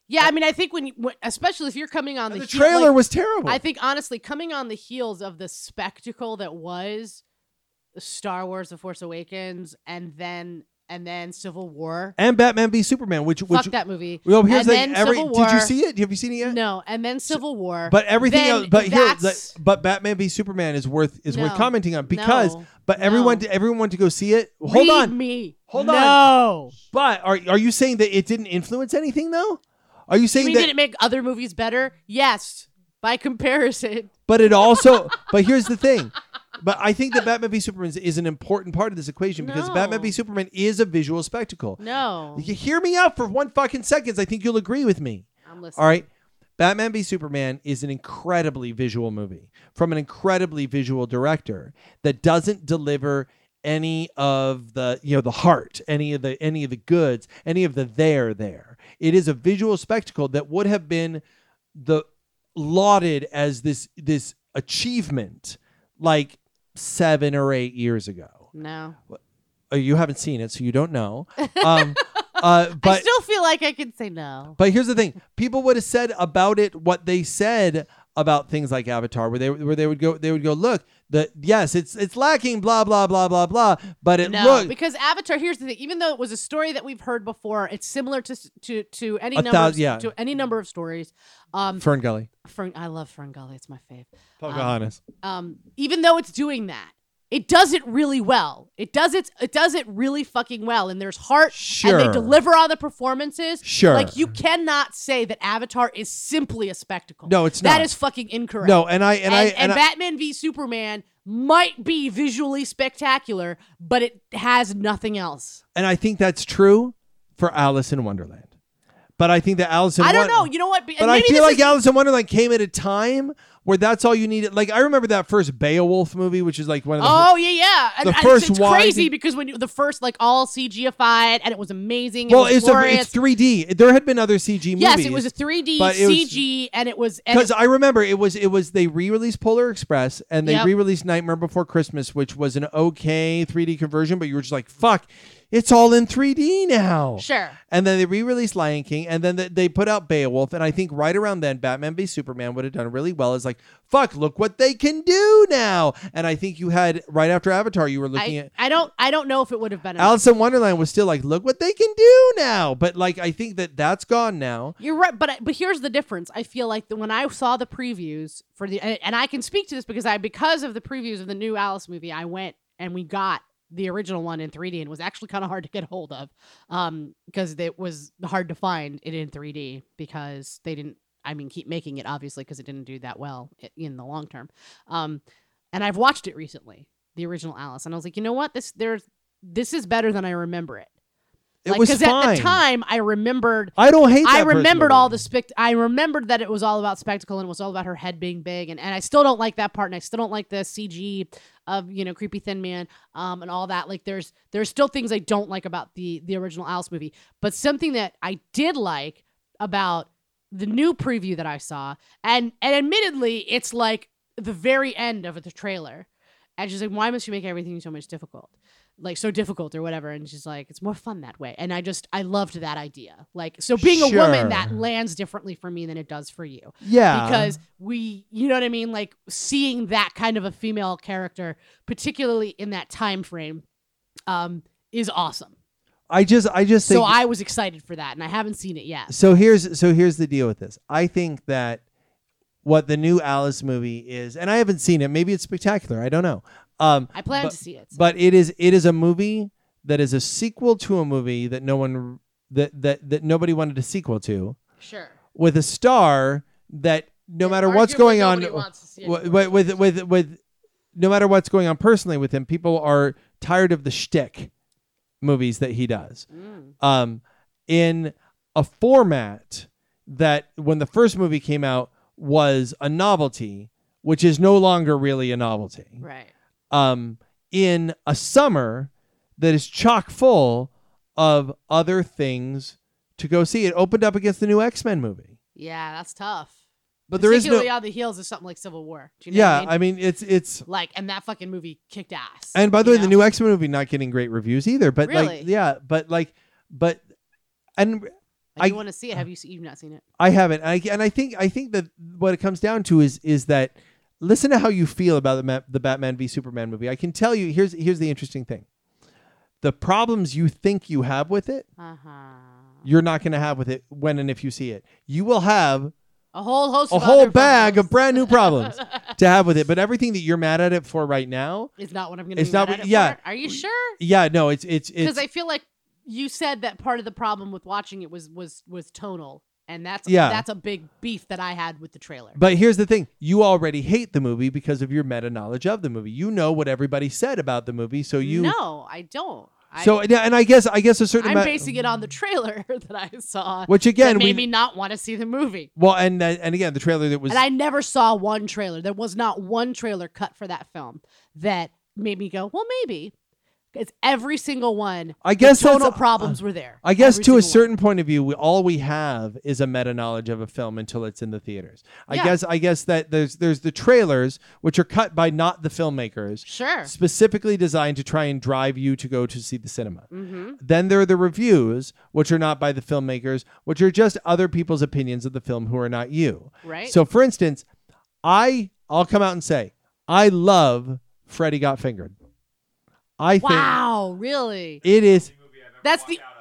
yeah. I mean, I think when, you, when especially if you're coming on
And
the,
The,
heel-
trailer
like,
was terrible.
I think honestly, coming on the heels of the spectacle that was Star Wars: The Force Awakens, and then and then Civil War.
and Batman v Superman, which which
Fuck that movie.
well, here's
and
the
then
thing. Every,
Civil
did you
War.
see it? Have you seen it yet?
No, and then Civil War.
But everything
then
else, but here,
that's-
like, but Batman v Superman is worth is worth
No.
commenting on because,
No.
but everyone
No.
everyone went to go see it. Hold
Read
on,
me.
Hold
no.
on.
No.
but are are you saying that it didn't influence anything though? Are you
You
saying
mean
that?
did it make other movies better? Yes, by comparison.
but it also, but here's the thing. But I think that Batman v Superman is- is an important part of this equation because Batman
No.
v Superman is a visual spectacle.
No,
You hear me out for one fucking seconds. I think you'll agree with me.
I'm listening.
All right. Batman v Superman is an incredibly visual movie from an incredibly visual director that doesn't deliver any of the you know the heart, any of the any of the goods, any of the there there. It is a visual spectacle that would have been the lauded as this this achievement like 7 or 8 years ago.
No,
Uh, You haven't seen it so you don't know. Um uh but
I still feel like I can say no.
but here's the thing: people would have said about it what they said about things like Avatar, where they where they would go, they would go, look, the yes, it's it's lacking, blah blah blah blah blah, but it
No,
looked
because Avatar. Here's the thing: even though it was a story that we've heard before, it's similar to s- to to any
A
number
thou-
of,
yeah.
to any number of stories. Um,
Fern Gully,
Fern, I love Ferngully; it's my fave.
Pocahontas.
um, even though it's doing that, it does it really well. It does it. It does it really fucking well. And there's heart, and
Sure.
they deliver on the performances.
Sure.
like you cannot say that Avatar is simply a spectacle.
No, it's not.
That is fucking incorrect.
no, and I and,
and,
I
and
and, I,
Batman v Superman might be visually spectacular, but it has nothing else.
and I think that's true for Alice in Wonderland, but I think that Alice in
I don't
Won-
know. You know what? Be-
But
and
I
maybe
feel
this
like
is-
Alice in Wonderland came at a time where that's all you needed. Like I remember that first Beowulf movie, which is like one of the
Oh yeah, yeah. And
The
I- it's-
first
it's
one-
crazy because when you, the first like all CGified and it was amazing.
well,
it was
it's a,
glorious.
it's 3D. There had been other CG movies.
Yes, it was a 3D
but it was-
CG, and it was and
because I remember it was it was they re-released Polar Express and they
Yep.
re-released Nightmare Before Christmas, which was an okay 3D conversion, but you were just like, "Fuck, it's all in 3D now."
it- sure.
And then they re-released Lion King, and then th- they put out Beowulf, and I think right around then, Batman v Superman would have done really well. Is like, "Fuck, look what they can do now!" And I think you had right after Avatar, you were looking
I,
at.
I don't I don't know if it would have been. enough.
Alice in Wonderland was still like, look what they can do now. But like, I think that that's gone now.
You're right, but but here's the difference. I feel like the, when I saw the previews for the and, and I can speak to this because I because of the previews of the new Alice movie, I went and we got the original one in 3D and it was actually kind of hard to get hold of um because it was hard to find it in 3D because they didn't I mean keep making it obviously because it didn't do that well i- in the long term. Um and I've watched it recently, the original Alice, and I was like, "You know what? This there's this is better than I remember it."
It
like,
was
because
fine.
at the time I remembered
I don't hate.
I
that first
remembered
movie.
all the spect. I remembered that it was all about spectacle and it was all about her head being big, and, and I still don't like that part, and I still don't like the CG of you know creepy thin man, um, and all that. Like there's there's still things I don't like about the the original Alice movie, but something that I did like about the new preview that I saw, and and admittedly, it's like the very end of the trailer, and she's like, why must you make everything so much difficult? like so difficult or whatever and she's like it's more fun that way and i just i loved that idea like so being a
Sure.
woman that lands differently for me than it does for you
Yeah.
because we you know what i mean like seeing that kind of a female character particularly in that time frame um is awesome
I just I just think
so i was excited for that and i haven't seen it yet
So here's so here's the deal with this. I think that what the new Alice movie is, and I haven't seen it. Maybe it's spectacular. I don't know. Um,
i plan
but-
to see it so-
but it is it is a movie that is a sequel to a movie that no one that that that nobody wanted a sequel to
sure
with a star that no matter what's
Arguably
going on
nobody wants to see it
with,
anymore.
with with with no matter what's going on personally with him, people are tired of the shtick movies that he does
Mm.
um, in a format that when the first movie came out was a novelty, which is no longer really a novelty.
right
Um, in a summer that is chock full of other things to go see. It opened up against the new X Men movie,
yeah that's tough
but there is no.
Particularly on the heels of something like civil war do you know what
yeah,
I mean?
I mean it's it's.
like and that fucking movie kicked ass
And by the
you
way, the
know?
new X Men movie not getting great reviews either. But
Really?
like, yeah, but like, but and
I,
I-
do want to see it. Have you se- you've not seen it?
I haven't. I, and I think I think that what it comes down to is is that listen to how you feel about the ma- the Batman v Superman movie. I can tell you here's here's the interesting thing. The problems you think you have with it,
Uh huh.
you're not going to have with it when and if you see it. You will have
A whole host.
a
of
whole
other
bag of
problems
brand new problems to have with it. But everything that you're mad at it for right now,
is not what I'm gonna.
It's
be
not
mad
what-
at it
yeah.
for. Are you sure?
yeah, no, it's it's
Because
it's
I feel like you said that part of the problem with watching it was was was tonal, and that's
Yeah.
that's a big beef that I had with the trailer.
But here's the thing you already hate the movie because of your meta knowledge of the movie. You know what everybody said about the movie, so you
no, I don't. I,
So yeah, and I guess I guess a certain
I'm
amount,
basing it on the trailer that I saw,
which
that
again we
made me not want to see the movie.
well and uh, and again the trailer that was
And I never saw one trailer. There was not one trailer cut for that film that made me go, well, maybe. It's every single one.
I guess
the tonal
that's- uh,
problems were there.
I guess
Every
to a
single one.
certain point of view, we, all we have is a meta knowledge of a film until it's in the theaters. I
Yeah.
guess I guess that there's there's the trailers which are cut by not the filmmakers,
Sure.
specifically designed to try and drive you to go to see the cinema.
Mm-hmm.
Then there are the reviews, which are not by the filmmakers, which are just other people's opinions of the film who are not you.
Right.
So, for instance, I I'll come out and say I love Freddy Got Fingered. I
wow, really?
think it is
Movie I've ever
That's
walked
the-
out of.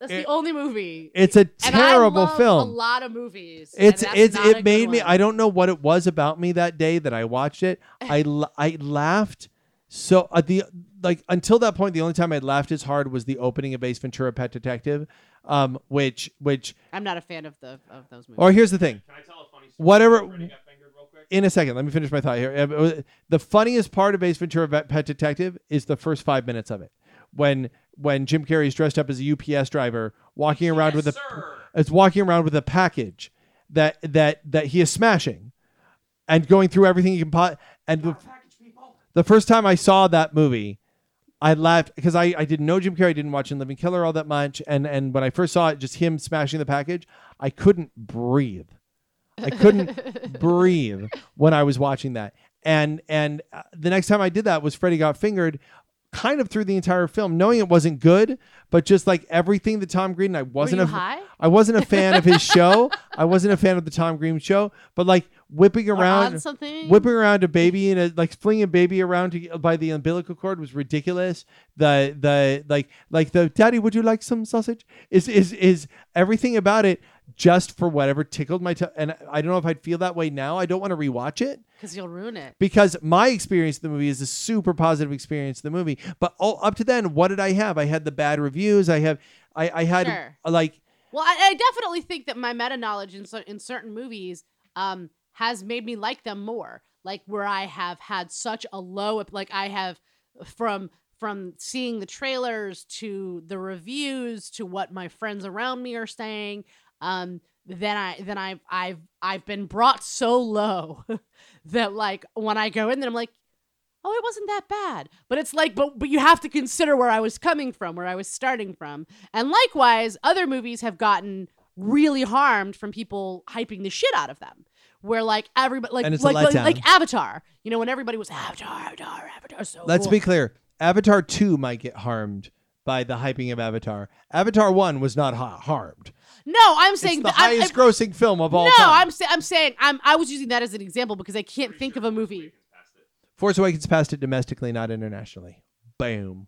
That's
it-
the only movie.
it's a
And
terrible
I love
film.
A lot of movies. and
it's
that's
it's
not a
it
good
made me
one.
I don't know what it was about me that day that I watched it. I la- I laughed so uh, the like until that point the only time I laughed as hard was the opening of Ace Ventura Pet Detective um which which
I'm not a fan of the of those movies.
or here's the thing
Can I tell a funny story?
Whatever-
about Freddy Got Fingered real quick?
in a second let me finish my thought here Uh, the funniest part of Ace Ventura Pet Pet Detective is the first 5 minutes of it when when Jim Carrey is dressed up as a UPS driver walking around
Yes,
with a
sir.
is walking around with a package that that that he is smashing and going through everything he can pot and the,
Package people.
the first time i saw that movie i laughed because I, I didn't know jim carrey I didn't watch in living killer all that much and and when i first saw it just him smashing the package i couldn't breathe i couldn't breathe when i was watching that and and uh, the next time i did that was freddy got fingered kind of through the entire film knowing it wasn't good but just like everything that tom green i wasn't
were you
a,
high?
I wasn't a fan of his show. I wasn't a fan of the Tom Green show, but like whipping
Or on
around,
something.
whipping around a baby and a, like flinging a baby around to, by the umbilical cord was ridiculous. The the like like the daddy, would you like some sausage? Is is is everything about it just for whatever tickled my t- and I don't know if I'd feel that way now. I don't want to rewatch it
because you'll ruin it.
because my experience of the movie is a super positive experience of the movie. But all, up to then, what did I have? I had the bad reviews. I have I I had
Sure.
like
Well, I, I definitely think that my meta knowledge in, cer- in certain movies um, has made me like them more. Like where I have had such a low, like I have from from seeing the trailers to the reviews to what my friends around me are saying um then i then i've i've i've been brought so low that like when i go in then i'm like oh it wasn't that bad but it's like but but you have to consider where i was coming from where i was starting from and likewise other movies have gotten really harmed from people hyping the shit out of them where like everybody like
And it's a
like, like,
letdown.
like avatar you know when everybody was avatar avatar avatar so
Let's
cool.
be clear. Avatar 2 might get harmed by the hyping of Avatar. Avatar 1 was not ha- harmed.
No, I'm saying
it's the
that- I'm-
highest
I'm-
grossing film of all
no,
time.
I'm sa- I'm saying I'm I was using that as an example because I can't think of a movie.
Force Awakens passed it domestically, not internationally. Boom.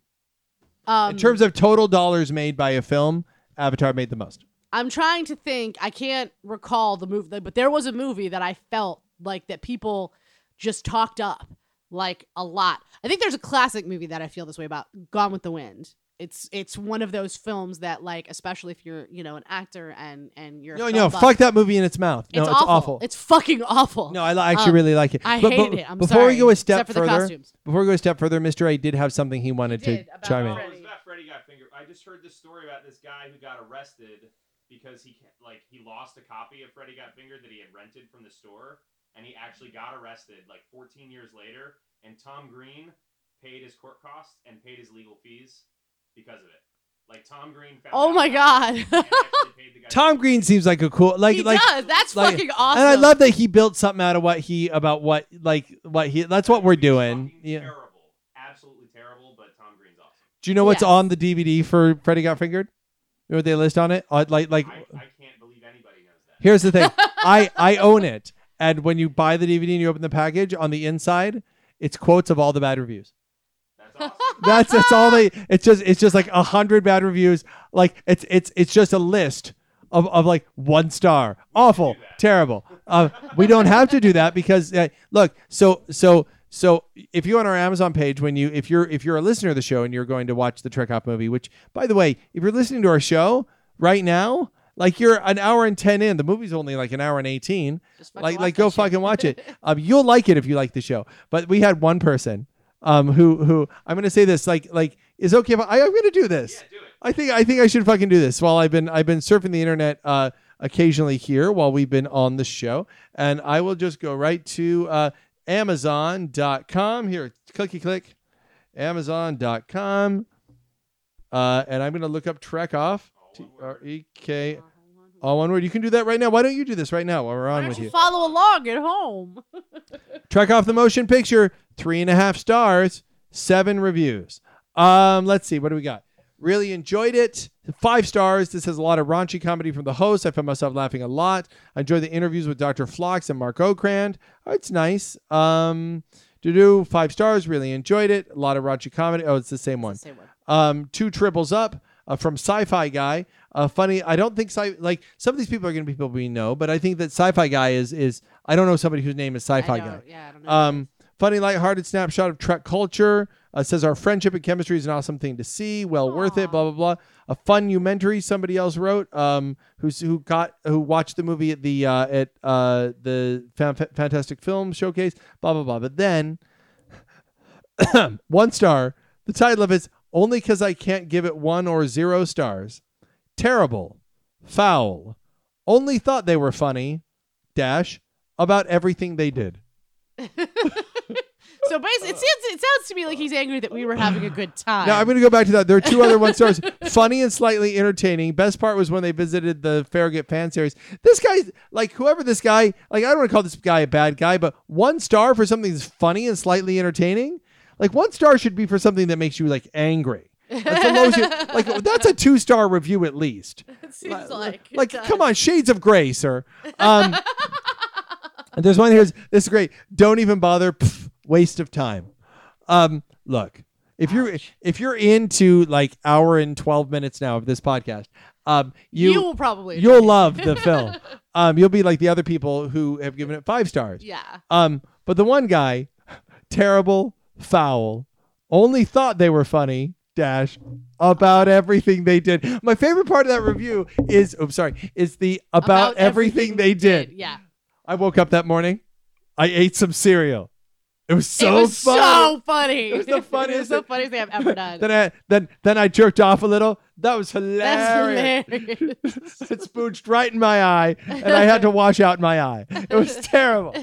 Um,
In terms of total dollars made by a film, Avatar made the most.
I'm trying to think. I can't recall the movie, but there was a movie that I felt like that people just talked up like a lot. I think there's a classic movie that I feel this way about, Gone with the Wind. It's it's one of those films that like especially if you're, you know, an actor and and you're a
No,
film
no,
buff,
fuck that movie in its mouth. No, it's awful.
It's fucking awful.
no, I li- actually
Um,
really like it.
I
But-
hated
but
it. I'm
before
sorry.
we go a step
Except for the
further,
costumes.
before we go a step further, Mr. A did have something he wanted
He
to
did, about
chime in.
Freddy.
Oh, it was about Freddy got finger. I just heard this story about this guy who got arrested because he ca- like he lost a copy of Freddy Got Fingered that he had rented from the store, and he actually got arrested like 14 years later. And Tom Green paid his court costs and paid his legal fees because of it. Like Tom Green. Found
Oh
out
my
about it
God.
and actually paid the guy
Tom Green seems like a cool, like,
he
like,
does. That's
like-
fucking awesome.
and I love that he built something out of what he about what like what he. That's what we're
Fucking
doing. Yeah.
Terrible. Absolutely terrible. But Tom Green's awesome.
Do you know what's
Yes.
on the DVD for Freddy Got Fingered? You know what they list on it? Uh, Like, like,
I, I can't believe anybody knows that.
here's the thing. I I own it, and when you buy the DVD and you open the package, on the inside, it's quotes of all the bad reviews.
That's awesome.
That's that's all they. It's just it's just like a hundred bad reviews. Like it's it's it's just a list of of like one star, awful, terrible. Uh, we don't have to do that because uh, look, so so so if you're on our Amazon page when you if you're if you're a listener of the show and you're going to watch the Trek Off movie, which by the way, if you're listening to our show right now. Like you're an hour and ten in. The movie's only like an hour and eighteen.
Just fucking
Like
watch
like
that
go
shit.
fucking watch it. Um, you'll like it if you like the show. But we had one person um who who I'm gonna say this like like is it okay if I, I'm gonna do this.
yeah, do it.
I think I think I should fucking do this. While I've been I've been surfing the internet uh occasionally here while we've been on the show, and I will just go right to uh Amazon.com here. Clicky click, Amazon.com, uh, and I'm gonna look up Trek off. T R E K. All one word. You can do that right now. Why don't you do this right now while we're
Why
on
don't
with
you
you?
follow along at home?
Trek off the motion picture, three and a half stars, seven reviews. Um, let's see, what do we got? Really enjoyed it. Five stars. This has a lot of raunchy comedy from the host. I found myself laughing a lot. I enjoyed the interviews with Dr. Flox and Mark Okrand. Oh, it's nice. Um, to do five stars. Really enjoyed it. A lot of raunchy comedy. Oh, it's the same one
Say what?
um, two triples up uh, from sci-fi guy. Uh, funny, I don't think sci- like some of these people are going to be people we know, but I think that sci-fi guy is is I don't know somebody whose name is
I
sci-fi guy.
don't- Yeah, I don't know.
Um, funny, lighthearted snapshot of Trek culture. Uh, says our friendship and chemistry is an awesome thing to see. Well worth it.
Aw.
Blah blah blah. A fun umentary somebody else wrote. Um, who's who got who watched the movie at the uh, at uh, the fan- Fantastic Film Showcase. Blah blah blah. But then one star. The title of it's only because I can't give it one or zero stars. Terrible, foul. Only thought they were funny. Dash about everything they did.
so basically, it sounds it sounds to me like he's angry that we were having a good time.
Now I'm going to go back to that. There are two other one stars, funny and slightly entertaining. Best part was when they visited the Farragut fan series. This guy's like whoever this guy. Like I don't want to call this guy a bad guy, but one star for something that's funny and slightly entertaining. Like one star should be for something that makes you like angry. That's the lowest you- like that's a two star review at least.
it seems like it
Like
does.
come on, shades of gray, sir. Um, and there's one here. This is great. Don't even bother. Pff, waste of time. Um, look, if you're if you're into like hour and twelve minutes now of this podcast, um,
You,
you,
will probably
you will love the film. Um, you'll be like the other people who have given it five stars.
yeah.
Um, but the one guy, terrible, foul, only thought they were funny. Dash about everything they did. My favorite part of that review is, oh, sorry, is the about, everything, they did.
Yeah.
I woke up that morning. I ate some cereal. It was so
it was
fun.
so funny.
It was the
it was
funniest
the
thing-
funniest thing I've ever done.
then I then then I jerked off a little. That was hilarious.
That's hilarious.
it spooched right in my eye, and I had to wash out my eye. It was terrible.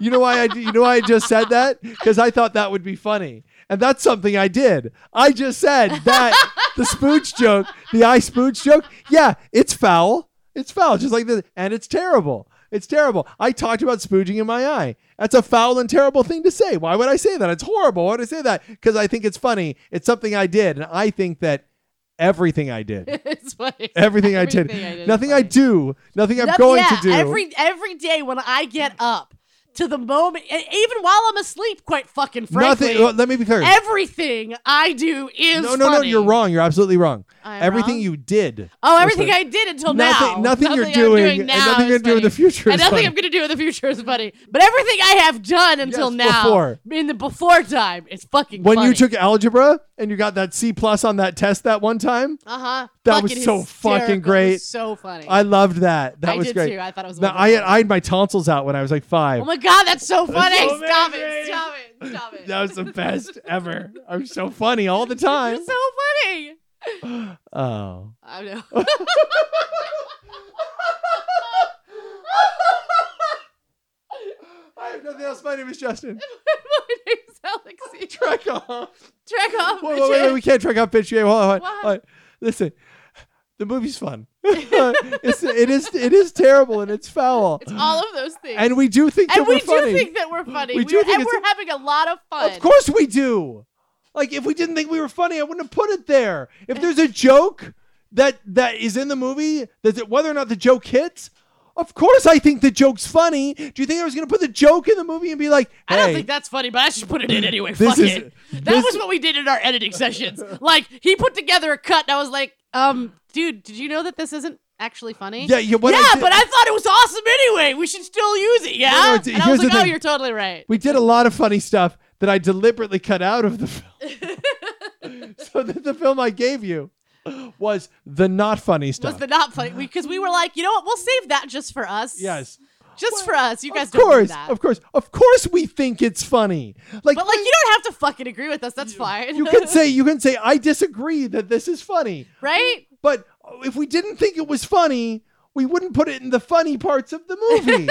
You know why I you know why I just said that? Because I thought that would be funny. And that's something I did. I just said that the spooch joke, the eye spooch joke, yeah, it's foul. It's foul, just like this. And it's terrible. It's terrible. I talked about spooging in my eye. That's a foul and terrible thing to say. Why would I say that? It's horrible. Why would I say that? Because I think it's funny. It's something I did. And I think that everything I did,
it's funny.
everything I did,
Everything I did is
nothing I
funny.
do, nothing I'm
Noth-
going
yeah,
to do.
every every day when I get up to the moment, and even while I'm asleep, quite fucking frankly,
nothing. well, let me be clear.
everything I do is
no, no, no.
funny.
You're wrong. You're absolutely wrong.
I'm
everything
wrong?
you did.
Oh,
was
everything
funny.
I did until now.
nothing, nothing, you're
I'm
doing, and
now
nothing you're
is
gonna do in the
funny.
future.
And
is
nothing
funny.
I'm gonna do in the future is funny. But everything I have done until
Yes,
now,
before.
in the before time, is fucking
when
funny.
you took algebra and you got that C plus on that test that one time,
uh huh,
That was so fucking great.
so funny.
I loved that. That
I
was
did
great.
too. I thought it was.
Now, I
wonderful.
had I had my tonsils out when I was like five.
Oh my god, that's so funny!
so
stop it!
amazing.
Stop it! Stop it!
that was the best ever. I was so funny all the time.
You're so funny.
Oh.
I know.
I have nothing else. My name is Justin.
My name's Alexi.
Track off.
Track off.
Wait, wait, wait, wait, we can't track off bitch. Yeah, Hold on, hold on,
Why?
hold on. Listen, the movie's fun. it's, it is it is terrible and it's foul.
It's all of those things.
and we do think
And
that we're
we do
funny.
think that we're funny.
We
We
do
were-
think
and
it's-
we're having a lot of fun.
Of course we do. Like if we didn't think we were funny, I wouldn't have put it there. If there's a joke that that is in the movie, that that- whether or not the joke hits, of course I think the joke's funny. Do you think I was gonna put the joke in the movie and be like,
I don't
"Hey,
think that's funny, but I should put it in anyway.
This
Fuck
is-
it. That
this-
was what we did in our editing sessions. Like he put together a cut, and I was like, "Um, dude, did you know that this isn't actually funny?"
yeah, yeah, what
yeah,
I did-
but I thought it was awesome anyway. We should still use it. Yeah,
No, no, d-
and I
here's
was like,
the
"Oh,
thing.
you're totally right."
we did a lot of funny stuff that I deliberately cut out of the film. so that the film I gave you was the not funny stuff.
Was the not funny? Because we were like, you know what? We'll save that just for us.
yes.
just for us. You guys
Of course,
don't do that.
of course, of course, we think it's funny. Like,
But like, you don't have to fucking agree with us. That's fine.
you can say you can say I disagree that this is funny,
right?
but if we didn't think it was funny, we wouldn't put it in the funny parts of the movie.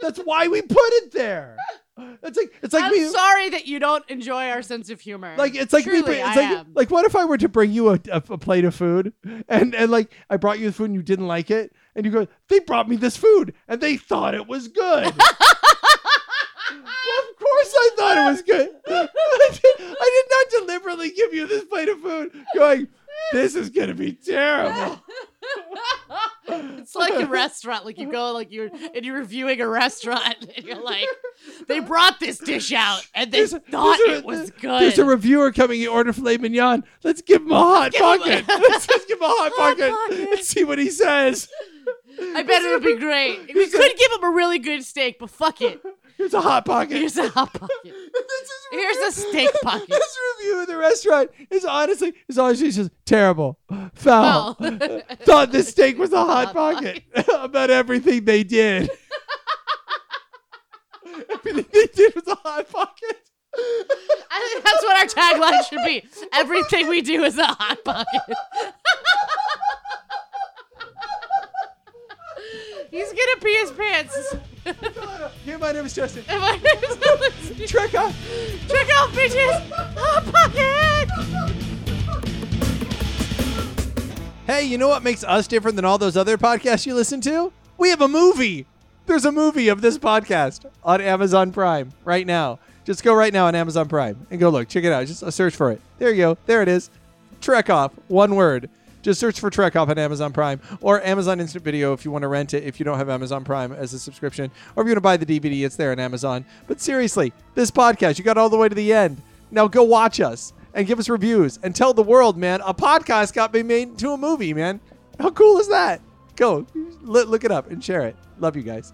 That's why we put it there. It's like it's like
I'm
me.
sorry that you don't enjoy our sense of humor.
Like it's like
Truly,
me. bring- It's
I
like
am.
like what if I were to bring you a, a, a plate of food and and like I brought you the food and you didn't like it and you go they brought me this food and they thought it was good. well, of course I thought it was good. I did, I did not deliberately give you this plate of food going. This is gonna be terrible.
it's like a restaurant. Like you go like you're and you're reviewing a restaurant and you're like, they brought this dish out and they
There's a-
thought
there's a-
it was
There's
good.
a reviewer coming. He ordered filet mignon. Let's give him a hot
Give
pocket.
him-
Let's just give him a hot,
Hot
pocket,
pocket.
and see what he says.
I bet it would be great. We could give him a really good steak, but fuck it.
Here's a hot pocket.
Here's a hot pocket.
This is
Here's
really-
a steak pocket.
This review of the restaurant is honestly is honestly just terrible. Foul.
Foul.
Thought this steak was a hot,
Hot
pocket. About everything they did. everything they did was a hot pocket.
I think that's what our tagline should be. Everything we do is a hot pocket. He's gonna pee his pants.
Here, my name is Justin.
And my name's Alex.
Trick off.
Check out bitches! Hot pocket!
Hey, you know what makes us different than all those other podcasts you listen to? We have a movie. There's a movie of this podcast on Amazon Prime right now. Just go right now on Amazon Prime and go look. Check it out. Just uh, search for it. There you go. There it is. Trek Off. One word. Just search for Trek Off on Amazon Prime or Amazon Instant Video if you want to rent it if you don't have Amazon Prime as a subscription. Or if you want to buy the DVD, it's there on Amazon. But seriously, this podcast, you got all the way to the end. Now go watch us and give us reviews and tell the world, man, a podcast got me made into a movie, man. How cool is that? Go li- look it up and share it. Love you guys.